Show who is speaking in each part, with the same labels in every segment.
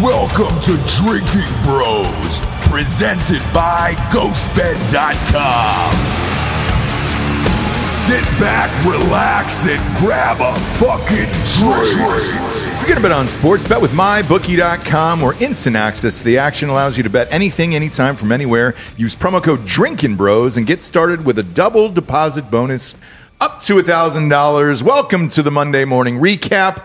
Speaker 1: Welcome to Drinking Bros, presented by GhostBed.com. Sit back, relax, and grab a fucking drink.
Speaker 2: If you're going to bet on sports, bet with mybookie.com where instant access to the action allows you to bet anything, anytime, from anywhere. Use promo code Drinking Bros and get started with a double deposit bonus up to $1,000. Welcome to the Monday morning recap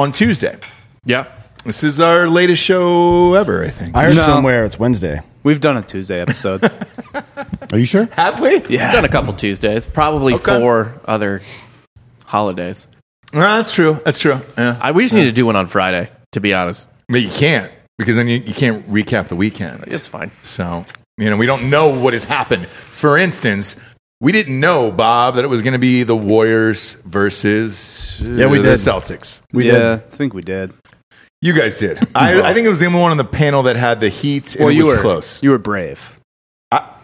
Speaker 2: on Tuesday.
Speaker 3: Yeah.
Speaker 2: This is our latest show ever, I think.
Speaker 4: I heard
Speaker 3: No.
Speaker 4: somewhere it's Wednesday.
Speaker 3: We've done a Tuesday episode.
Speaker 4: Are you sure?
Speaker 2: Have we? Yeah.
Speaker 5: I've done a couple Tuesdays, probably
Speaker 2: Okay.
Speaker 5: four other holidays.
Speaker 2: that's true. That's true. Yeah.
Speaker 5: I, we just need to do one on Friday, to be honest.
Speaker 2: But you can't because then you, you can't recap the weekend.
Speaker 5: It's fine.
Speaker 2: So, you know, we don't know what has happened. For instance, we didn't know, Bob, that it was going to be the Warriors versus yeah,
Speaker 4: we
Speaker 2: the
Speaker 4: did.
Speaker 2: Celtics.
Speaker 4: We
Speaker 3: yeah, I think we did.
Speaker 2: You guys did. I, I think it was the only one on the panel that had the Heat, and it was close.
Speaker 3: You were brave.
Speaker 2: I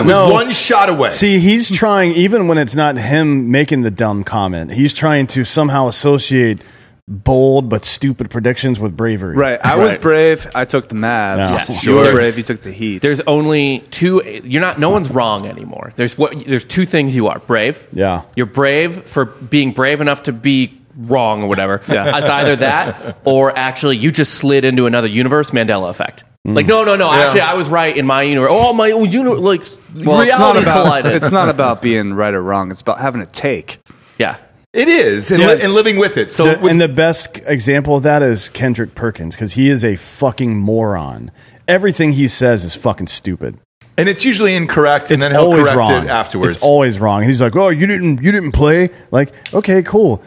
Speaker 2: was
Speaker 4: No.
Speaker 2: one shot away.
Speaker 4: See, he's trying, even when it's not him making the dumb comment, he's trying to somehow associate bold but stupid predictions with bravery.
Speaker 3: Right. I was brave. I took the Mavs.
Speaker 4: Yeah.
Speaker 3: You were
Speaker 5: There's-
Speaker 3: brave. You took the Heat.
Speaker 5: There's only two. You're not. No one's wrong anymore. There's what. There's two things you are brave.
Speaker 4: Yeah.
Speaker 5: You're brave for being brave enough to be wrong or whatever. Yeah. It's either that or actually you just slid into another universe Mandela effect. Like no, no, no. Actually, I was right in my universe. Oh, my universe. Like
Speaker 3: well, it's not
Speaker 5: reality
Speaker 3: about
Speaker 5: collided.
Speaker 3: it's not about being right or wrong. It's about having a take.
Speaker 5: yeah.
Speaker 2: it is, and,
Speaker 4: Yeah.
Speaker 2: li- and living with it. So,
Speaker 4: The-
Speaker 2: with-
Speaker 4: and the best example of that is Kendrick Perkins because he is a fucking moron. Everything he says is fucking stupid.
Speaker 2: and it's usually incorrect, and
Speaker 4: it's
Speaker 2: then he'll
Speaker 4: always
Speaker 2: correct
Speaker 4: wrong.
Speaker 2: it afterwards.
Speaker 4: It's always wrong. And he's like, "Oh, you didn't, you didn't play." Like, okay, cool.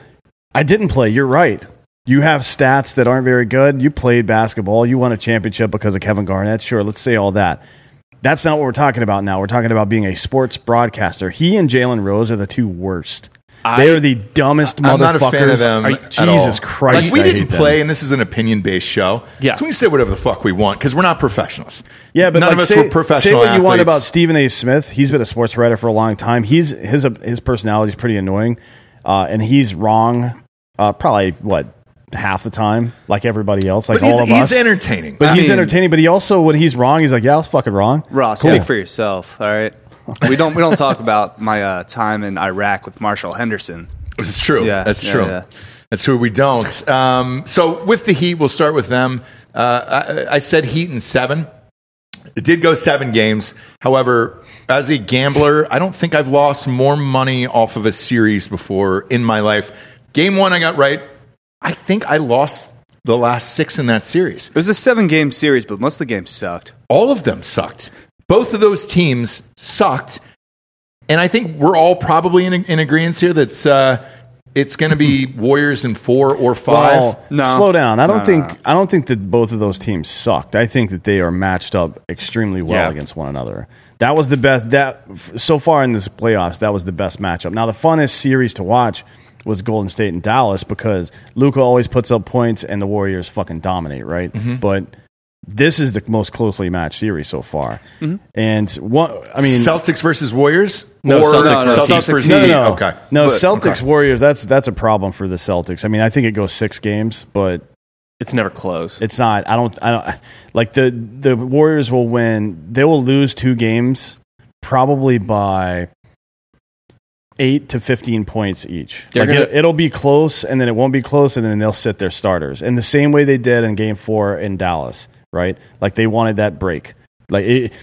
Speaker 4: I didn't play. You're right. You have stats that aren't very good. You played basketball. You won a championship because of Kevin Garnett. Sure, let's say all that. That's not what we're talking about now. We're talking about being a sports broadcaster. He and Jalen Rose are the two worst. they are the dumbest
Speaker 2: I'm not
Speaker 4: motherfuckers.
Speaker 2: a fan of them.
Speaker 4: Are you-
Speaker 2: at all.
Speaker 4: Jesus Christ!
Speaker 2: Like, we
Speaker 4: I
Speaker 2: didn't
Speaker 4: hate them.
Speaker 2: play, and this is an opinion based show.
Speaker 5: Yeah.
Speaker 2: So we can say whatever the fuck we want because we're not professionals.
Speaker 4: Yeah, but
Speaker 2: none
Speaker 4: like,
Speaker 2: of us
Speaker 4: say,
Speaker 2: were professional.
Speaker 4: Say what you want
Speaker 2: athletes.
Speaker 4: about Stephen A. Smith. He's been a sports writer for a long time. He's his his personality is pretty annoying, uh, and he's wrong uh, probably what half the time, like everybody else, like
Speaker 2: But he's,
Speaker 4: all of
Speaker 2: he's
Speaker 4: us.
Speaker 2: entertaining.
Speaker 4: but
Speaker 3: I
Speaker 4: he's
Speaker 3: mean-
Speaker 4: entertaining. But he also when he's wrong, he's like, yeah, I was fucking wrong.
Speaker 3: Ross,
Speaker 4: Cool.
Speaker 3: speak for yourself. All right. We don't we don't talk about my uh, time in Iraq with Marshall Henderson.
Speaker 2: This is true.
Speaker 3: Yeah,
Speaker 2: that's
Speaker 3: yeah,
Speaker 2: true.
Speaker 3: yeah.
Speaker 2: That's true. We don't. Um, so with the Heat, we'll start with them. Uh, I, I said Heat in seven. It did go seven games. However, as a gambler, I don't think I've lost more money off of a series before in my life. Game one, I got right. I think I lost the last six in that series.
Speaker 3: It was a seven game series, but most of the games sucked.
Speaker 2: all of them sucked. Both of those teams sucked. And I think we're all probably in, in agreement here that uh, it's going to be Warriors in four or five.
Speaker 4: Well,
Speaker 3: No.
Speaker 4: Oh, slow down. I don't
Speaker 3: No,
Speaker 4: think
Speaker 3: no, no.
Speaker 4: I don't think that both of those teams sucked. I think that they are matched up extremely well
Speaker 5: Yeah.
Speaker 4: against one another. That was the best that f- so far in this playoffs. That was the best matchup. Now the funnest series to watch was Golden State and Dallas because Luca always puts up points and the Warriors fucking dominate, right?
Speaker 2: Mm-hmm.
Speaker 4: But this is the most closely matched series so far. And one, I mean,
Speaker 2: Mm-hmm. Celtics versus Warriors?
Speaker 5: No, Celtics
Speaker 3: versus-
Speaker 2: Celtics versus
Speaker 4: no,
Speaker 2: Heat.
Speaker 4: no, no.
Speaker 2: Okay.
Speaker 4: no
Speaker 3: But-
Speaker 4: Celtics Warriors. That's that's a problem for the Celtics. I mean, I think it goes six games, but
Speaker 5: It's never close.
Speaker 4: it's not. I don't. I don't. Like the the Warriors will win. They will lose two games, probably by eight to fifteen points each.
Speaker 5: They're
Speaker 4: Like
Speaker 5: gonna-
Speaker 4: it, will be close, and then it won't be close, and then they'll sit their starters in the same way they did in Game Four in Dallas. Right? Like they wanted that break. Like it,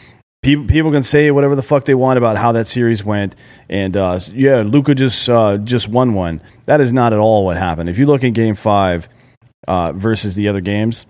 Speaker 4: people people can say whatever the fuck they want about how that series went, and uh, yeah, Luca just uh, just won one. That is not at all what happened. If you look at Game Five uh, versus the other games,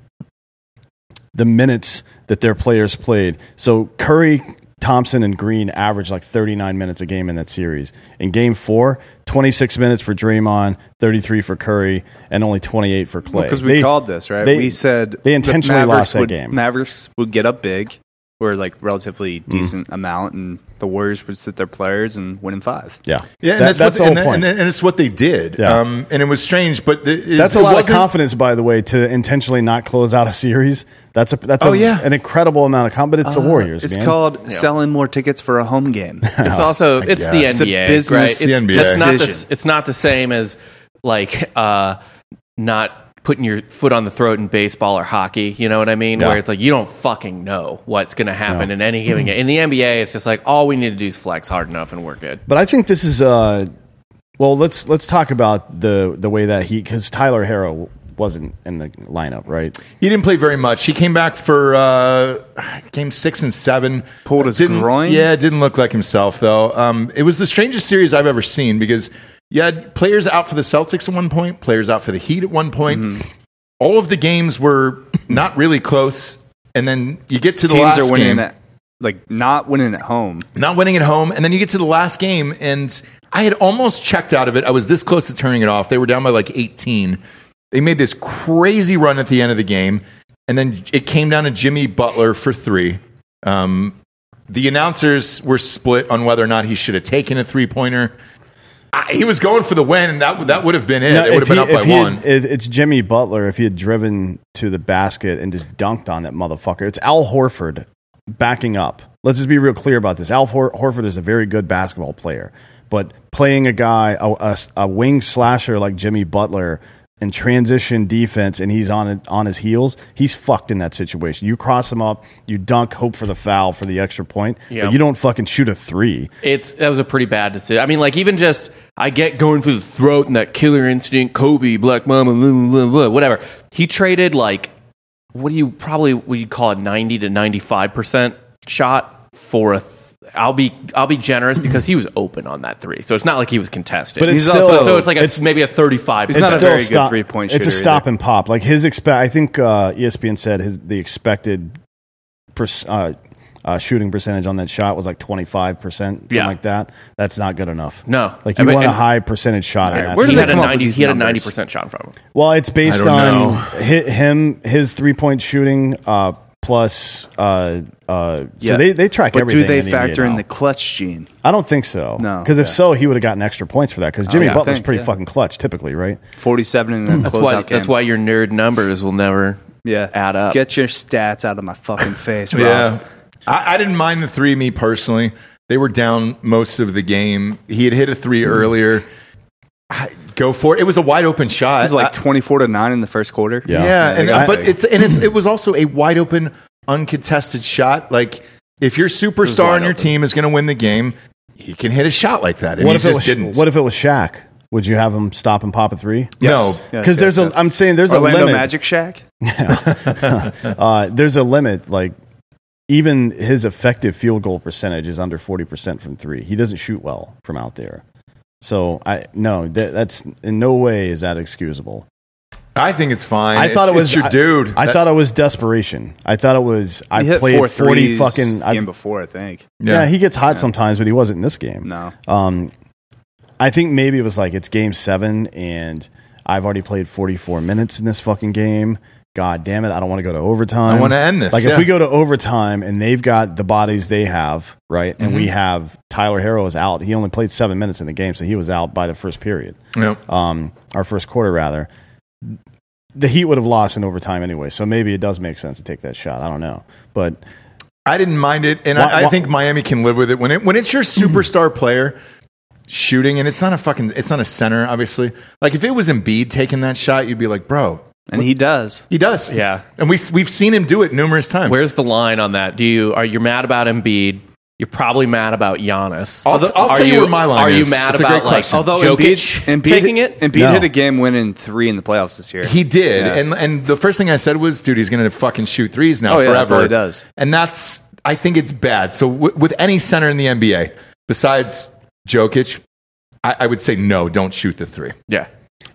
Speaker 4: the minutes that their players played. So Curry, Thompson, and Green averaged like 39 minutes a game in that series. In game four, 26 minutes for Draymond, 33 for Curry, and only 28 for Clay.
Speaker 3: Because we
Speaker 4: They-
Speaker 3: called this right.
Speaker 4: they-
Speaker 3: we said
Speaker 4: they
Speaker 3: the
Speaker 4: intentionally
Speaker 3: Mavericks
Speaker 4: lost that
Speaker 3: would-
Speaker 4: game. Mm-hmm.
Speaker 3: Mavericks would get up big, or like relatively decent amount, and the Warriors would sit their players and win in five.
Speaker 4: Yeah.
Speaker 2: Yeah, and
Speaker 4: That-
Speaker 2: that's,
Speaker 4: that's
Speaker 2: what,
Speaker 4: the whole
Speaker 2: and,
Speaker 4: point.
Speaker 2: and, and it's what they did.
Speaker 4: Yeah.
Speaker 2: Um, and it was strange, but the, is-
Speaker 4: that's a
Speaker 2: it
Speaker 4: lot of
Speaker 2: wasn't-
Speaker 4: confidence, by the way, to intentionally not close out a series. That's a that's a,
Speaker 2: Oh, yeah.
Speaker 4: an incredible amount of confidence. But it's the Warriors.
Speaker 3: Uh, It's
Speaker 4: man.
Speaker 3: called selling more tickets for a home game.
Speaker 5: It's also it's the
Speaker 2: guess. It's
Speaker 5: NBA.
Speaker 3: a business
Speaker 5: right?
Speaker 2: It's the
Speaker 5: It's
Speaker 2: NBA.
Speaker 5: just not the,
Speaker 3: decision.
Speaker 5: it's not the same as like uh, not putting your foot on the throat in baseball or hockey. You know what I mean?
Speaker 4: Yeah.
Speaker 5: Where it's like you don't fucking know what's going to happen in any given game. In the NBA, it's just like all we need to do is flex hard enough and we're good.
Speaker 4: But I think this is uh, well. Let's let's talk about the the way that he because Tyler Harrow wasn't in the lineup, right?
Speaker 2: He didn't play very much. He came back for uh, game six and seven.
Speaker 3: Pulled his
Speaker 2: didn't,
Speaker 3: groin?
Speaker 2: Yeah, didn't look like himself though. Um, it was the strangest series I've ever seen because you had players out for the Celtics at one point, players out for the Heat at one point.
Speaker 3: Mm-hmm.
Speaker 2: All of the games were not really close, and then you get to the
Speaker 3: Teams
Speaker 2: last
Speaker 3: are winning
Speaker 2: game,
Speaker 3: at, like not winning at home.
Speaker 2: not winning at home, and then you get to the last game, and I had almost checked out of it. I was this close to turning it off. They were down by like 18. They made this crazy run at the end of the game, and then it came down to Jimmy Butler for three. Um, the announcers were split on whether or not he should have taken a three pointer. He was going for the win, and that, w- that would have been it.
Speaker 4: Now,
Speaker 2: it would have
Speaker 4: if
Speaker 2: been
Speaker 4: he-
Speaker 2: up by
Speaker 4: if he had-
Speaker 2: one.
Speaker 4: it- it's Jimmy Butler. If he had driven to the basket and just dunked on that motherfucker, it's Al Horford backing up. Let's just be real clear about this. Al Hor- Horford is a very good basketball player, but playing a guy, a, a s- a wing slasher like Jimmy Butler in transition defense, and he's on on his heels, he's fucked in that situation. You cross him up, you dunk, hope for the foul for the extra point,
Speaker 5: Yeah.
Speaker 4: but you don't fucking shoot a three.
Speaker 5: It's that was a pretty bad decision. I mean, like even just I get going for the throat and that killer instinct, Kobe, Black Mama, blah, blah, blah, blah, whatever. He traded like what do you probably what you call a ninety to ninety five percent shot for a. Th- I'll be I'll be generous because he was open on that three, so it's not like he was contested.
Speaker 4: But it's
Speaker 3: He's
Speaker 4: still
Speaker 3: also-
Speaker 5: so, so it's like a,
Speaker 4: it's-
Speaker 5: maybe a thirty five.
Speaker 3: It's not a
Speaker 4: still
Speaker 3: very good three-point
Speaker 4: It's a
Speaker 3: shooter
Speaker 4: stop
Speaker 3: either.
Speaker 4: and pop. Like his expect, I think uh, ESPN said his the expected pers- uh, uh, shooting percentage on that shot was like twenty five percent, something
Speaker 5: Yeah.
Speaker 4: like that. That's not good enough.
Speaker 5: No.
Speaker 4: like you
Speaker 5: And-
Speaker 4: want a
Speaker 5: and-
Speaker 4: high percentage shot. on that.
Speaker 3: Where
Speaker 5: he
Speaker 3: did
Speaker 5: had
Speaker 3: they
Speaker 5: a
Speaker 3: come up with
Speaker 5: ninety.
Speaker 3: these
Speaker 5: He had a ninety
Speaker 3: numbers?
Speaker 5: percent shot from him.
Speaker 4: Well, it's based
Speaker 2: don't
Speaker 4: on
Speaker 2: know.
Speaker 4: hi him his three point shooting uh, plus. Uh, uh, So they they track
Speaker 3: But
Speaker 4: everything.
Speaker 3: do they
Speaker 4: in the NBA
Speaker 3: factor in
Speaker 4: now.
Speaker 3: the clutch gene?
Speaker 4: I don't think so.
Speaker 3: No,
Speaker 4: because if
Speaker 3: yeah. Oh,
Speaker 4: so, he would have gotten extra points for that. Because Jimmy
Speaker 3: yeah, I
Speaker 4: Butler's
Speaker 3: think,
Speaker 4: pretty
Speaker 3: yeah.
Speaker 4: fucking clutch, typically, right?
Speaker 3: Forty-seven in a
Speaker 5: That's
Speaker 3: closeout
Speaker 5: why.
Speaker 3: game.
Speaker 5: That's why your nerd numbers will never
Speaker 3: Yeah.
Speaker 5: add up.
Speaker 3: Get your stats out of my fucking face, Rob.
Speaker 2: Yeah. I, I didn't mind the three, me personally. They were down most of the game. He had hit a three
Speaker 4: Mm-hmm.
Speaker 2: earlier. I, go for it. It was a wide open shot.
Speaker 3: It was like twenty-four to nine in the first quarter.
Speaker 2: yeah. and,
Speaker 4: I-
Speaker 2: but it's and it's it was also a wide open, uncontested shot. Like if your superstar on your team is going to win the game, he can hit a shot like that. And
Speaker 4: What
Speaker 2: he
Speaker 4: if it
Speaker 2: just
Speaker 4: was
Speaker 2: didn't.
Speaker 4: What if it was Shaq? Would you have him stop and pop a three?
Speaker 2: no.
Speaker 3: Yes,
Speaker 4: Because there's
Speaker 3: yes,
Speaker 4: a, I'm saying there's
Speaker 3: Orlando
Speaker 4: a limit.
Speaker 3: Magic Shack.
Speaker 4: Uh, there's a limit. Like even his effective field goal percentage is under forty percent from three. He doesn't shoot well from out there. So I no, that, that's in no way is that excusable.
Speaker 2: I think it's fine.
Speaker 4: I thought
Speaker 2: It's-
Speaker 4: it was
Speaker 2: it's your
Speaker 4: I-
Speaker 2: dude.
Speaker 4: I
Speaker 2: That-
Speaker 4: thought it was desperation. I thought it was I played
Speaker 3: four
Speaker 4: forty
Speaker 3: threes
Speaker 4: fucking.
Speaker 3: the
Speaker 4: I've-
Speaker 3: game before, I think.
Speaker 4: yeah. he gets hot sometimes, but he wasn't in this game.
Speaker 3: No,
Speaker 4: Um, I think maybe it was like it's game seven, and I've already played 44 minutes in this fucking game. God damn it! I don't want to go to overtime.
Speaker 2: I wanna end this,
Speaker 4: Like
Speaker 2: yeah.
Speaker 4: if we go to overtime and they've got the bodies they have, right, and
Speaker 2: Mm-hmm.
Speaker 4: we have Tyler Harrow is out. He only played seven minutes in the game, so he was out by the first period,
Speaker 2: Yeah.
Speaker 4: um, our first quarter rather. The Heat would have lost in overtime anyway, so maybe it does make sense to take that shot. I don't know, but
Speaker 2: I didn't mind it, and
Speaker 4: Why-
Speaker 2: I,
Speaker 4: why-
Speaker 2: I think Miami can live with it when it when it's your superstar player shooting, and it's not a fucking it's not a center, obviously. Like if it was Embiid taking that shot, you'd be like, bro,
Speaker 3: and he does.
Speaker 2: he does,
Speaker 5: Yeah.
Speaker 2: and we we've seen him do it numerous times.
Speaker 5: Where's the line on that? Do you are you mad about Embiid? You're probably mad about Giannis.
Speaker 2: I'll- I'll
Speaker 5: are
Speaker 2: tell you where my line
Speaker 5: Are you
Speaker 2: is.
Speaker 5: mad
Speaker 2: It's a
Speaker 5: about
Speaker 2: great
Speaker 5: like
Speaker 2: question.
Speaker 5: although Jokic taking it?
Speaker 3: Embiid
Speaker 4: No.
Speaker 3: hit a game winning three in the playoffs this year.
Speaker 2: he did,
Speaker 3: Yeah.
Speaker 2: and and the first thing I said was, dude, he's gonna fucking shoot threes now
Speaker 3: Oh,
Speaker 2: forever.
Speaker 3: yeah, that's all he does.
Speaker 2: and that's I think it's bad. So w- with any center in the NBA besides Jokic, I, I would say no, don't shoot the three.
Speaker 5: yeah.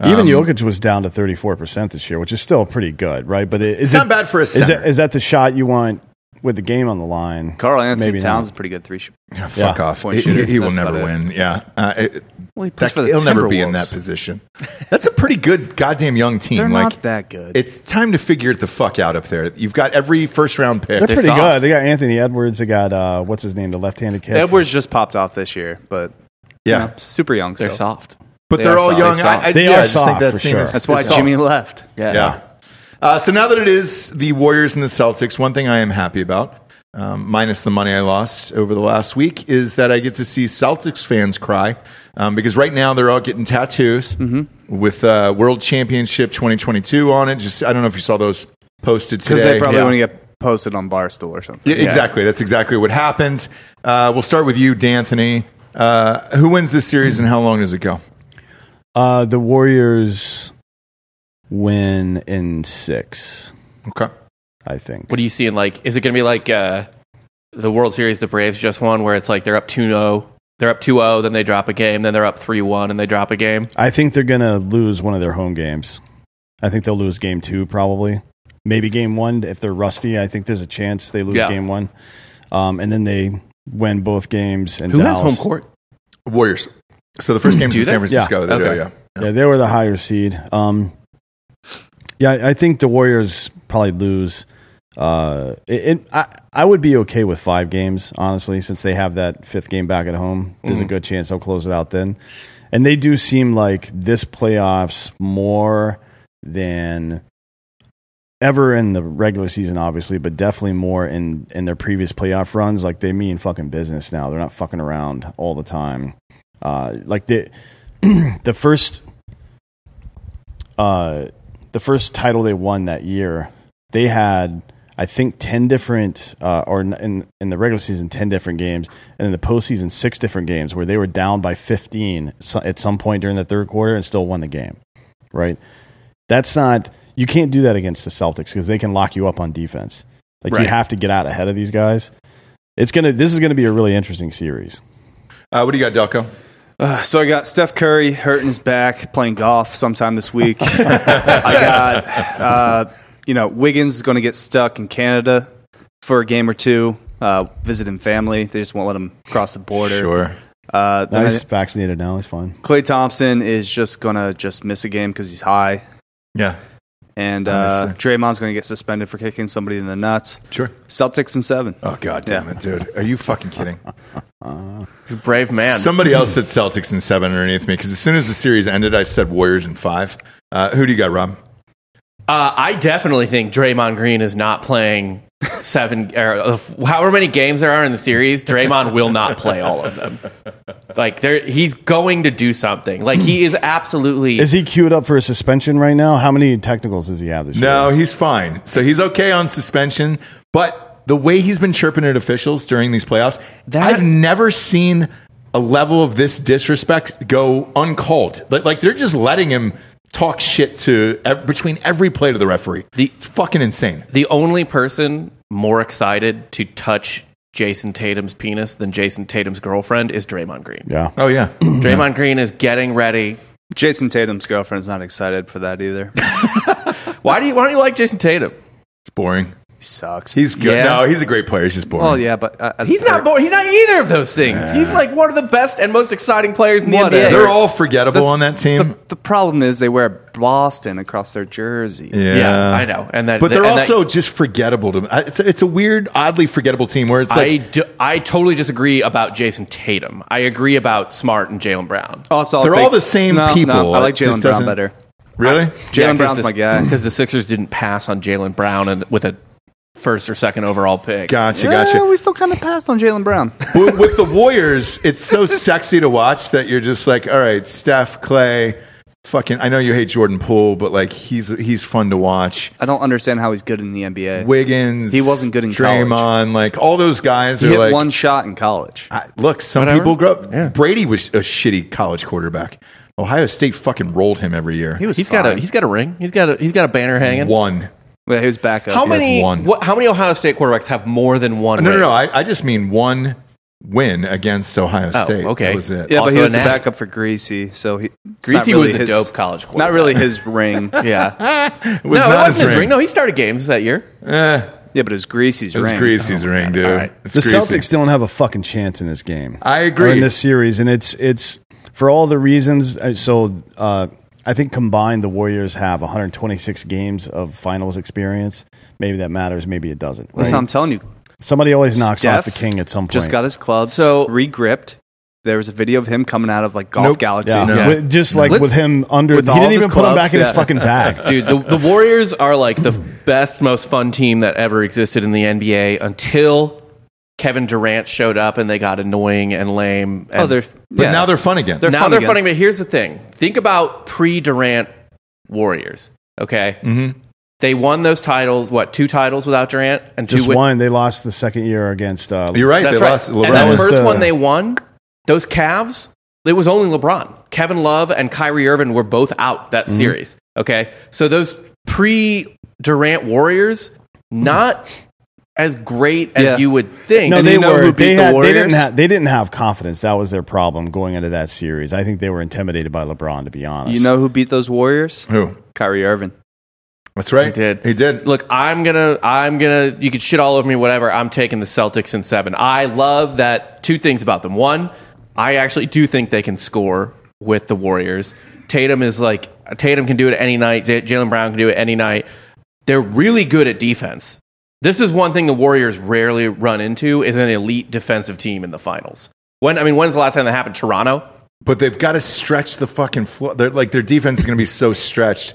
Speaker 4: Even
Speaker 5: Um,
Speaker 4: Jokic was down to 34% this year, which is still pretty good, right? But it,
Speaker 2: It's
Speaker 4: is it,
Speaker 2: not bad for a
Speaker 4: Is
Speaker 2: center.
Speaker 4: that, is that the shot you want with the game on the line?
Speaker 3: Carl Anthony
Speaker 4: Maybe
Speaker 3: Towns is a
Speaker 4: not.
Speaker 3: pretty good three. shooter.
Speaker 2: Yeah, fuck off.
Speaker 3: Point
Speaker 2: He, he-
Speaker 3: shooter.
Speaker 2: he will
Speaker 3: That's
Speaker 2: never
Speaker 3: about it.
Speaker 2: win. Yeah. Uh, it-
Speaker 3: Well, he plays
Speaker 2: that-
Speaker 3: for the
Speaker 2: he'll never be in
Speaker 3: Timberwolves.
Speaker 2: that position. That's a pretty good goddamn young team.
Speaker 3: They're
Speaker 2: like
Speaker 3: not that good.
Speaker 2: it's time to figure it the fuck out up there. You've got every first round pick.
Speaker 4: They're pretty
Speaker 5: soft.
Speaker 4: good. They got Anthony Edwards. They got uh, what's his name, the left-handed kid.
Speaker 3: Edwards just popped off this year, but you
Speaker 2: yeah.
Speaker 3: know, super young.
Speaker 5: They're
Speaker 3: so.
Speaker 5: soft.
Speaker 2: But
Speaker 3: They
Speaker 2: they're
Speaker 3: are
Speaker 2: all
Speaker 3: soft.
Speaker 2: young.
Speaker 3: They're
Speaker 2: I,
Speaker 3: soft.
Speaker 2: I-
Speaker 4: They
Speaker 2: yeah,
Speaker 4: are
Speaker 2: I just
Speaker 4: soft,
Speaker 2: think that
Speaker 4: for
Speaker 2: team
Speaker 4: sure.
Speaker 2: is-
Speaker 3: That's why
Speaker 2: is soft.
Speaker 3: Jimmy left.
Speaker 5: Yeah.
Speaker 2: Yeah. Uh, so now that it is the Warriors and the Celtics, one thing I am happy about um, minus the money I lost over the last week, is that I get to see Celtics fans cry um, because right now they're all getting tattoos
Speaker 3: Mm-hmm.
Speaker 2: with uh, World Championship 2022 on it. Just I don't know if you saw those posted today.
Speaker 3: Because they probably
Speaker 2: Yeah.
Speaker 3: want to get posted on Barstool or something.
Speaker 2: Yeah, exactly. That's exactly what happens. Uh, we'll start with you, D'Anthony. Uh, who wins this series and how long does it go?
Speaker 4: Uh, the Warriors win in six,
Speaker 2: Okay.
Speaker 4: I think.
Speaker 5: What do you see in like? Is it going to be like uh, the World Series the Braves just won, where it's like they're up 2 0, they're up 2 0, then they drop a game, then they're up 3 1, and they drop a game?
Speaker 4: I think they're gonna lose one of their home games. I think they'll lose game two probably, maybe game one if they're rusty. I think there's a chance they lose
Speaker 5: Yeah.
Speaker 4: game one, um, and then they win both games. And
Speaker 5: Who
Speaker 4: Dallas.
Speaker 5: has home court?
Speaker 2: Warriors. So the first game is in
Speaker 5: they?
Speaker 2: San Francisco. They Hmm. do,
Speaker 5: Okay.
Speaker 2: yeah.
Speaker 4: Yeah, they were the higher seed. Um, yeah, I I think the Warriors probably lose. Uh, it, it- I I would be okay with five games honestly, since they have that fifth game back at home. There's a good chance they'll close it out then, and they do seem like this playoffs more than ever in the regular season, obviously, but definitely more in in their previous playoff runs. Like they mean fucking business now. They're not fucking around all the time. Uh, like the the first uh, the first title they won that year, they had I think ten different uh, or in- in in the regular season ten different games, and in the postseason six different games where they were down by fifteen so- at some point during the third quarter and still won the game. Right? That's not you can't do that against the Celtics because they can lock you up on defense. Like
Speaker 5: Right.
Speaker 4: you have to get out ahead of these guys. It's gonna. This is gonna be a really interesting series.
Speaker 2: Uh, what do you got, Delco?
Speaker 3: Uh, so I got Steph Curry hurting his back, playing golf sometime this week. I got, uh, you know, Wiggins is going to get stuck in Canada for a game or two, uh, visiting family. They just won't let him cross the border. Uh, then
Speaker 4: Now
Speaker 3: I-
Speaker 4: he's vaccinated. Now he's fine.
Speaker 3: Clay Thompson is just going to just miss a game because he's high.
Speaker 2: Yeah.
Speaker 3: And
Speaker 2: I
Speaker 3: uh,
Speaker 2: miss
Speaker 3: Draymond's going to get suspended for kicking somebody in the nuts.
Speaker 2: Sure.
Speaker 3: Celtics in seven.
Speaker 2: Oh, God damn
Speaker 3: Yeah.
Speaker 2: it, dude. Are you fucking kidding?
Speaker 5: You're a Brave man.
Speaker 2: Somebody else said Celtics in seven underneath me because as soon as the series ended, I said Warriors in five. Uh, who do you got, Rob?
Speaker 5: Uh, I definitely think Draymond Green is not playing seven or uh, however many games there are in the series. Draymond will not play all of them. Like there, he's going to do something. Like he is absolutely.
Speaker 4: Is he queued up for a suspension right now? How many technicals does he have this year?
Speaker 2: No, he's fine. So he's okay on suspension, but the way he's been chirping at officials during these playoffs,
Speaker 5: That-
Speaker 2: I've never seen a level of this disrespect go uncalled. Like, like they're just letting him talk shit to ev- between every play to the referee.
Speaker 5: The-
Speaker 2: it's fucking insane.
Speaker 5: the only person more excited to touch Jason Tatum's penis than Jason Tatum's girlfriend is Draymond Green.
Speaker 4: Yeah.
Speaker 2: Oh yeah,
Speaker 5: Draymond Green is getting ready.
Speaker 3: Jason Tatum's girlfriend's not excited for that either.
Speaker 5: Why do you why don't you like Jason Tatum?
Speaker 2: it's boring.
Speaker 3: he sucks.
Speaker 2: He's good.
Speaker 5: Yeah.
Speaker 2: No, he's a great player. He's just boring.
Speaker 3: well, yeah, but uh, as a
Speaker 5: He's not
Speaker 3: third-
Speaker 5: more, he's not either of those things. He's like one of the best and most exciting players in the
Speaker 3: Whatever.
Speaker 5: NBA.
Speaker 2: They're all forgettable on that team.
Speaker 3: The, the problem is they wear Boston across their jersey.
Speaker 2: yeah.
Speaker 5: yeah, I know. And that
Speaker 2: But they're
Speaker 5: and that-
Speaker 2: also just forgettable to me. I- It's a, it's a weird, oddly forgettable team where it's like
Speaker 5: I, do, I totally disagree about Jason Tatum. I agree about Smart and Jalen Brown.
Speaker 3: Also, I'll
Speaker 2: They're all
Speaker 3: take-
Speaker 2: the same
Speaker 3: no,
Speaker 2: people.
Speaker 3: No, I like
Speaker 2: It just
Speaker 3: Jalen Brown
Speaker 2: doesn't-
Speaker 3: better.
Speaker 2: really.
Speaker 3: Jalen Brown's my guy.
Speaker 5: Because the Sixers didn't pass on Jalen Brown and, with a first or second overall pick.
Speaker 2: Gotcha,
Speaker 3: Yeah,
Speaker 2: gotcha.
Speaker 3: we still kind of passed on Jalen Brown.
Speaker 2: But with the Warriors, it's so sexy to watch that you're just like, all right, Steph, Clay, fucking. I know you hate Jordan Poole, but like he's he's fun to watch.
Speaker 3: I don't understand how he's good in the NBA.
Speaker 2: Wiggins,
Speaker 3: He wasn't good in college.
Speaker 2: Draymond, like all those guys
Speaker 3: he
Speaker 2: are
Speaker 3: hit
Speaker 2: like.
Speaker 3: one shot in college.
Speaker 2: I- look, some
Speaker 5: Whatever.
Speaker 2: people grow up.
Speaker 5: Yeah.
Speaker 2: Brady was a shitty college quarterback. Ohio State fucking rolled him every year.
Speaker 3: He was
Speaker 5: He's got a
Speaker 3: fine.
Speaker 5: he's got a ring. He's got a he's got a banner hanging.
Speaker 2: one.
Speaker 3: Yeah, he was backup.
Speaker 5: How
Speaker 3: He was-
Speaker 5: many
Speaker 2: one.
Speaker 5: What, how many Ohio State quarterbacks have more than one?
Speaker 2: No, no,
Speaker 5: ring?
Speaker 2: no. I, I just mean one win against Ohio State.
Speaker 5: Oh, okay.
Speaker 2: That was it.
Speaker 3: Yeah, but
Speaker 5: Also
Speaker 3: he was
Speaker 5: an
Speaker 3: the
Speaker 5: ass.
Speaker 3: backup for Greasy, so he it's
Speaker 5: Greasy
Speaker 3: not really
Speaker 5: was a
Speaker 3: his-
Speaker 5: dope college quarterback.
Speaker 3: Not really his ring. yeah,
Speaker 5: Yeah.
Speaker 2: It was
Speaker 5: no, it
Speaker 2: not
Speaker 5: wasn't his ring. No, he started games that year.
Speaker 2: Eh,
Speaker 3: but it was Greasy's
Speaker 2: it was
Speaker 3: ring.
Speaker 2: Greasy's ring, dude.
Speaker 5: All right.
Speaker 2: It's
Speaker 4: The
Speaker 2: Greasy.
Speaker 4: Celtics don't have a fucking chance in this game.
Speaker 2: I
Speaker 4: Or
Speaker 2: agree.
Speaker 4: in this series, and it's it's for all the reasons. uh, So uh, I think combined, the Warriors have 126 games of finals experience. Maybe that matters. Maybe it doesn't.
Speaker 3: Listen,
Speaker 4: right?
Speaker 3: I'm telling you,
Speaker 4: Somebody always knocks
Speaker 3: Steph
Speaker 4: off the king at some point.
Speaker 3: just got his clubs
Speaker 5: So-
Speaker 3: regripped. There was a video of him coming out of like Golf
Speaker 2: Nope.
Speaker 3: Galaxy.
Speaker 4: yeah.
Speaker 2: No.
Speaker 4: With- just like
Speaker 5: Let's-
Speaker 4: with him under.
Speaker 3: uh, with
Speaker 4: he
Speaker 3: all
Speaker 4: didn't
Speaker 3: of his
Speaker 4: even put him back
Speaker 3: clubs,
Speaker 4: in his
Speaker 3: yeah.
Speaker 4: fucking bag.
Speaker 5: Dude, the, the Warriors are like the best, most fun team that ever existed in the NBA until Kevin Durant showed up and they got annoying and lame. And
Speaker 3: Oh, they're
Speaker 2: But
Speaker 3: yeah.
Speaker 2: now they're fun again.
Speaker 5: now
Speaker 3: fun
Speaker 5: they're
Speaker 3: again.
Speaker 5: funny. But here's the thing: think about pre-Durant Warriors. Okay,
Speaker 2: Mhm.
Speaker 5: they won those titles. What two titles without Durant and two
Speaker 4: Just
Speaker 5: with-
Speaker 4: one. They lost the second year against. Uh,
Speaker 2: You're right.
Speaker 5: That's
Speaker 2: they
Speaker 5: right.
Speaker 2: lost
Speaker 5: and
Speaker 2: LeBron.
Speaker 5: that
Speaker 4: was
Speaker 5: first
Speaker 4: the-
Speaker 5: one they won, those Cavs, it was only LeBron. Kevin Love and Kyrie Irving were both out that series. Okay. So those pre Durant Warriors, not as great as
Speaker 3: Yeah.
Speaker 5: you would think.
Speaker 4: No,
Speaker 3: And
Speaker 4: they
Speaker 3: you know
Speaker 4: were.
Speaker 3: who beat
Speaker 4: they,
Speaker 3: the
Speaker 4: had, they didn't
Speaker 3: Warriors?
Speaker 4: have. They didn't have confidence. That was their problem going into that series. I think they were intimidated by LeBron. To be honest,
Speaker 3: You know who beat those Warriors?
Speaker 2: Who?
Speaker 3: Kyrie Irving.
Speaker 2: That's right.
Speaker 5: He did.
Speaker 2: He did.
Speaker 5: Look, I'm gonna, I'm gonna. You could shit all over me, whatever. I'm taking the Celtics in seven. I love that. Two things about them. One, I actually do think they can score with the Warriors. Tatum is like Tatum can do it any night. J- Jalen Brown can do it any night. They're really good at defense. This is one thing the Warriors rarely run into is an elite defensive team in the finals. When I mean, when's the last time that happened? Toronto.
Speaker 2: But they've got to stretch the fucking floor. They're like their defense is going to be so stretched.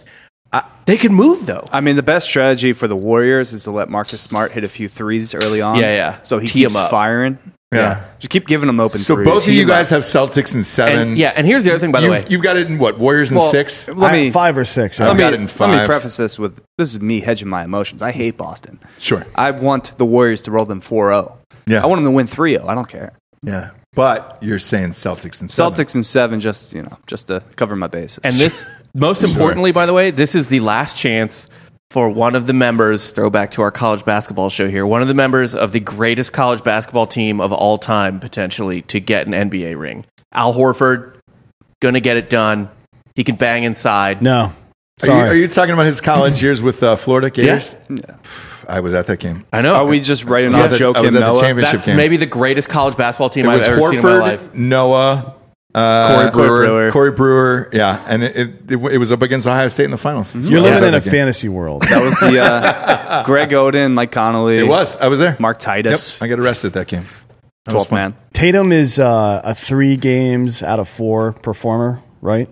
Speaker 5: Uh, They can move though.
Speaker 3: I mean, the best strategy for the Warriors is to let Marcus Smart hit a few threes early on.
Speaker 5: Yeah, yeah.
Speaker 3: So he
Speaker 5: Tee
Speaker 3: keeps
Speaker 5: him up.
Speaker 3: firing.
Speaker 2: Yeah.
Speaker 3: Just keep giving him open
Speaker 2: So
Speaker 3: threes.
Speaker 2: both of
Speaker 3: Tee
Speaker 2: you
Speaker 3: him up.
Speaker 2: guys have Celtics in seven.
Speaker 5: And, yeah, and here's the other thing, by the way.
Speaker 2: You've, you've got it in what? Warriors in
Speaker 3: Well,
Speaker 2: six.
Speaker 3: let me,
Speaker 4: five or six.
Speaker 2: I've
Speaker 4: Right?
Speaker 3: let, me,
Speaker 2: got it in
Speaker 3: let
Speaker 2: five.
Speaker 3: me preface this with this is me hedging my emotions. I hate Boston.
Speaker 2: Sure.
Speaker 3: I want the Warriors to roll them 4 0.
Speaker 2: Yeah.
Speaker 3: I want them to win 3 0. I don't care.
Speaker 2: Yeah. But you're saying Celtics in seven.
Speaker 3: Celtics and seven, just you know, just to cover my bases.
Speaker 5: And this, most importantly, by the way, this is the last chance for one of the members, throwback to our college basketball show here, one of the members of the greatest college basketball team of all time, potentially, to get an NBA ring. Al Horford, gonna get it done. He can bang inside.
Speaker 4: No,
Speaker 2: Are you,
Speaker 4: sorry.
Speaker 2: are you talking about his college years with uh, Florida Gators?
Speaker 3: Yeah.
Speaker 2: I was at that game.
Speaker 5: I know.
Speaker 3: are we just writing
Speaker 2: I
Speaker 3: off
Speaker 2: was at-
Speaker 3: Joe
Speaker 2: I was at the
Speaker 3: Noah?
Speaker 2: championship
Speaker 5: That's
Speaker 2: game.
Speaker 5: maybe the greatest college basketball team
Speaker 2: it
Speaker 5: I've
Speaker 2: was
Speaker 5: ever seen in my life.
Speaker 2: Horford, Noah, uh,
Speaker 3: Corey Brewer. Brewer.
Speaker 2: Corey Brewer. Yeah, and it, it, it, w- it was up against Ohio State in the finals.
Speaker 4: You're
Speaker 2: I was at
Speaker 4: living in a
Speaker 2: that game.
Speaker 4: fantasy world.
Speaker 3: That was the uh, Greg Oden, Mike Connolly.
Speaker 2: It was. I was there.
Speaker 3: Mark
Speaker 2: Yep.
Speaker 3: Titus,
Speaker 2: I got arrested that game. That was
Speaker 3: 12th
Speaker 2: fun.
Speaker 3: man.
Speaker 4: Tatum is uh, a three games out of four performer. Right.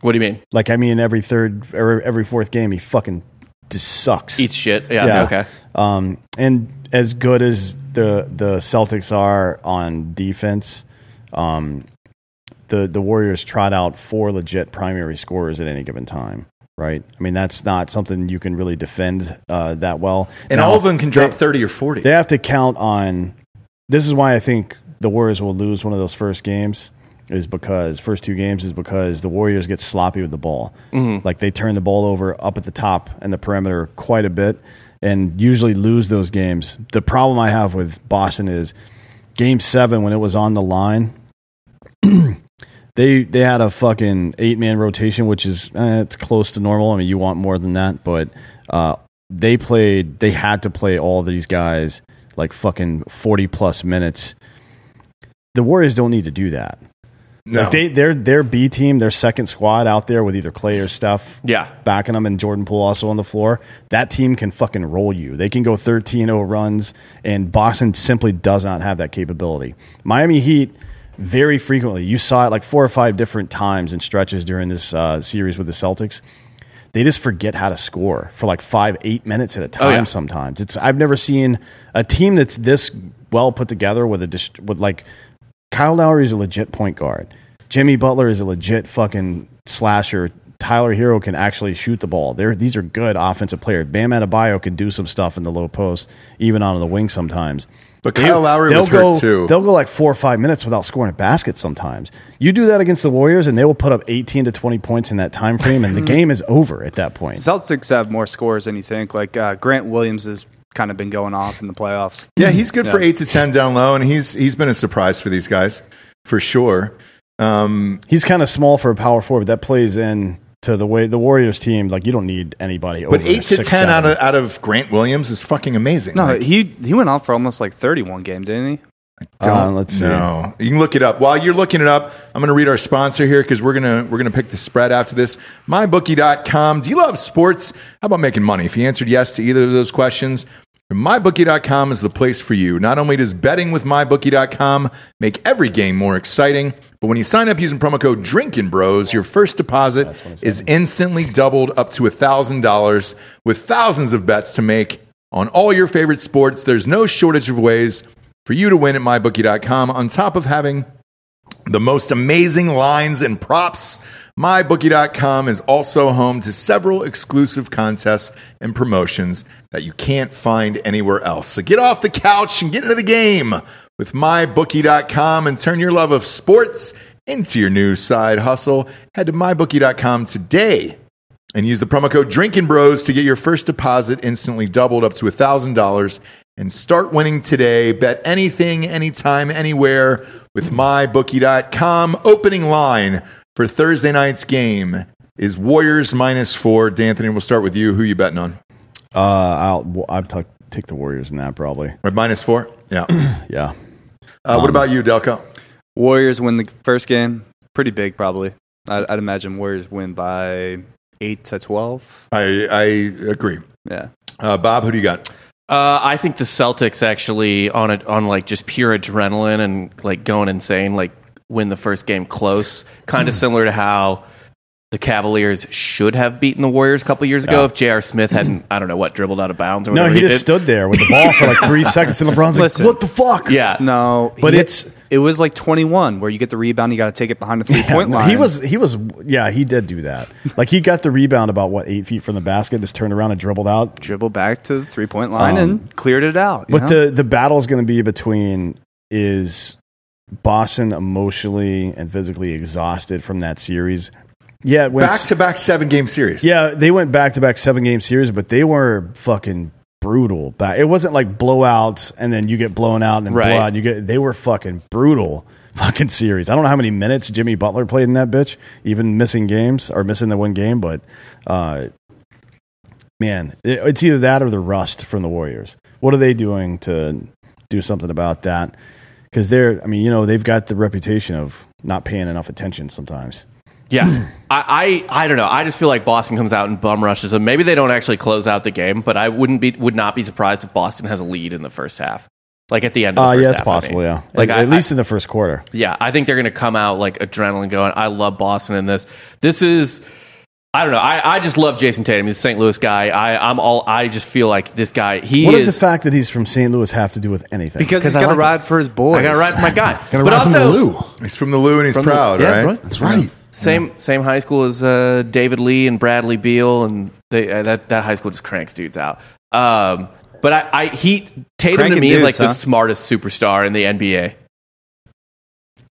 Speaker 5: What do you mean?
Speaker 4: Like I mean, every third, every, every fourth game, he fucking just sucks.
Speaker 5: Eats shit. Yeah,
Speaker 4: Yeah.
Speaker 5: okay.
Speaker 4: Um, and as good as the the Celtics are on defense, um, the the Warriors trot out four legit primary scorers at any given time. Right? I mean, that's not something you can really defend uh, that well.
Speaker 2: And
Speaker 4: Now,
Speaker 2: all of them can drop thirty or forty.
Speaker 4: they have to count on. This is why I think the Warriors will lose one of those first games. Is because first two games is because the Warriors get sloppy with the ball. Like they turn the ball over up at the top and the perimeter quite a bit, and usually lose those games. The problem I have with Boston is Game Seven when it was on the line. They, they had a fucking eight man rotation, which is eh, it's close to normal. I mean, you want more than that, but uh, they played they had to play all these guys like fucking 40 plus minutes the warriors don't need to do that
Speaker 2: No.
Speaker 4: like they their their b team their second squad out there with either clay or Steph
Speaker 5: Yeah.
Speaker 4: backing them and jordan poole also on the floor that team can fucking roll you they can go 13-0 runs and boston simply does not have that capability miami heat very frequently you saw it like four or five different times in stretches during this uh, series with the celtics they just forget how to score for like five, eight minutes at a time.
Speaker 5: Oh, yeah.
Speaker 4: Sometimes it's I've never seen a team that's this well put together with a dis- with like Kyle Lowry is a legit point guard. Jimmy Butler is a legit fucking slasher. Tyler Hero can actually shoot the ball. They're, these are good offensive players. Bam Adebayo can do some stuff in the low post, even on the wing sometimes.
Speaker 2: But Kyle Lowry
Speaker 4: They'll
Speaker 2: was
Speaker 4: go,
Speaker 2: hurt too.
Speaker 4: They'll go like four or five minutes without scoring a basket sometimes. You do that against the Warriors, and they will put up 18 to 20 points in that time frame, and the game is over at that point.
Speaker 3: Celtics have more scores than you think. Like uh, Grant Williams has kind of been going off in the playoffs.
Speaker 2: Yeah, he's good for eight to ten down low, and he's he's been a surprise for these guys for sure. Um,
Speaker 4: He's kind of small for a power forward. That plays in to the way the Warriors team. Like you don't need anybody.
Speaker 2: but
Speaker 4: over
Speaker 2: eight to ten
Speaker 4: six, seven.
Speaker 2: out of out of Grant Williams is fucking amazing.
Speaker 3: No,
Speaker 2: Like,
Speaker 3: he he went on for almost like 31 game, didn't he?
Speaker 4: Uh, let's see.
Speaker 2: No, you can look it up. While you're looking it up, I'm going to read our sponsor here because we're gonna we're gonna pick the spread after this. MyBookie.com. Do you love sports? How about making money? If you answered yes to either of those questions. MyBookie.com is the place for you. Not only does betting with MyBookie.com make every game more exciting, but when you sign up using promo code Drinking Bros, your first deposit is instantly doubled up to $1,000 with thousands of bets to make on all your favorite sports. There's no shortage of ways for you to win at mybookie.com. On top of having the most amazing lines and props, mybookie.com is also home to several exclusive contests and promotions that you can't find anywhere else. So get off the couch and get into the game with mybookie.com and turn your love of sports into your new side hustle. Head to mybookie.com today and use the promo code Drinking Bros to get your first deposit instantly doubled up to $1,000 and start winning today. Bet anything, anytime, anywhere with mybookie.com. Opening line for Thursday night's game is Warriors minus four. D'Anthony, we'll start with you. Who you betting on?
Speaker 4: Uh, I'll I'll tuck, take the Warriors in that probably.
Speaker 2: At minus four? Yeah.
Speaker 4: Yeah.
Speaker 2: Uh, what about you, Delco?
Speaker 3: Warriors win the first game. Pretty big, probably. I'd, I'd imagine Warriors win by eight to twelve.
Speaker 2: I, I agree.
Speaker 3: Yeah,
Speaker 2: Uh, Bob, who do you got?
Speaker 5: Uh, I think the Celtics actually on it on like just pure adrenaline and like going insane, like win the first game close,
Speaker 4: Hmm.
Speaker 5: kind of similar to how the Cavaliers should have beaten the Warriors a couple years ago if J.R. Smith hadn't I don't know what dribbled out of bounds or
Speaker 4: No,
Speaker 5: whatever
Speaker 4: he
Speaker 5: he,
Speaker 4: just
Speaker 5: did.
Speaker 4: stood there with the ball for like three seconds, and LeBron's
Speaker 3: Listen. uh,
Speaker 4: like, "What the fuck?"
Speaker 5: yeah,
Speaker 3: no,
Speaker 4: But
Speaker 3: he-
Speaker 4: it's-
Speaker 3: it was like twenty one where you get the rebound, you got to take it behind the three point line.
Speaker 4: He was, he was, yeah, he did do that. Like he got the rebound about what eight feet from the basket, just turned around and dribbled out.
Speaker 3: dribble back to the three point line
Speaker 4: Um,
Speaker 3: and cleared it out. you
Speaker 4: But
Speaker 3: know?
Speaker 4: the the battle's going to be between is Boston emotionally and physically exhausted from that series. Yeah, when
Speaker 2: Back to back seven game series.
Speaker 4: yeah, they went back to back seven game series, but they were fucking brutal. Back, it wasn't like blowouts and then you get blown out and
Speaker 5: Right.
Speaker 4: blood. You get they were fucking brutal. Fucking series. I don't know how many minutes Jimmy Butler played in that bitch, even missing games or missing the one game, but uh, man, it- it's either that or the rust from the Warriors. What are they doing to do something about that? Because they're, I mean, you know, they've got the reputation of not paying enough attention sometimes.
Speaker 5: Yeah, I, I I don't know. I just feel like Boston comes out and bum rushes them. Maybe they don't actually close out the game, but I wouldn't be would not be surprised if Boston has a lead in the first half, like at the end. of the
Speaker 4: Uh,
Speaker 5: first
Speaker 4: yeah, it's
Speaker 5: half, I mean.
Speaker 4: possible. Yeah,
Speaker 5: like
Speaker 4: at,
Speaker 5: I-
Speaker 4: at least in the first quarter.
Speaker 5: Yeah, I think they're going to come out like adrenaline going. I love Boston in this. This is, I don't know. I, I just love Jason Tatum. He's a St. Louis guy. I, I'm all. I just feel like this guy. He
Speaker 4: What
Speaker 5: is.
Speaker 4: does the fact that he's from St. Louis have to do with anything?
Speaker 3: because he's
Speaker 5: I
Speaker 3: got to
Speaker 5: like
Speaker 3: ride for his boys.
Speaker 5: I got to ride for my guy.
Speaker 6: Gonna
Speaker 5: but
Speaker 6: ride from the
Speaker 5: also,
Speaker 6: Lou.
Speaker 2: He's from the Lou and he's
Speaker 5: the-
Speaker 2: proud,
Speaker 5: yeah,
Speaker 2: right?
Speaker 5: right.
Speaker 6: That's right.
Speaker 5: same same high school as uh, David Lee and Bradley Beal, and they, uh, that that high school just cranks dudes out. Um, but I, I he Tatum to
Speaker 3: Cranking
Speaker 5: me is
Speaker 3: dudes,
Speaker 5: like the
Speaker 3: huh?
Speaker 5: smartest superstar in the NBA.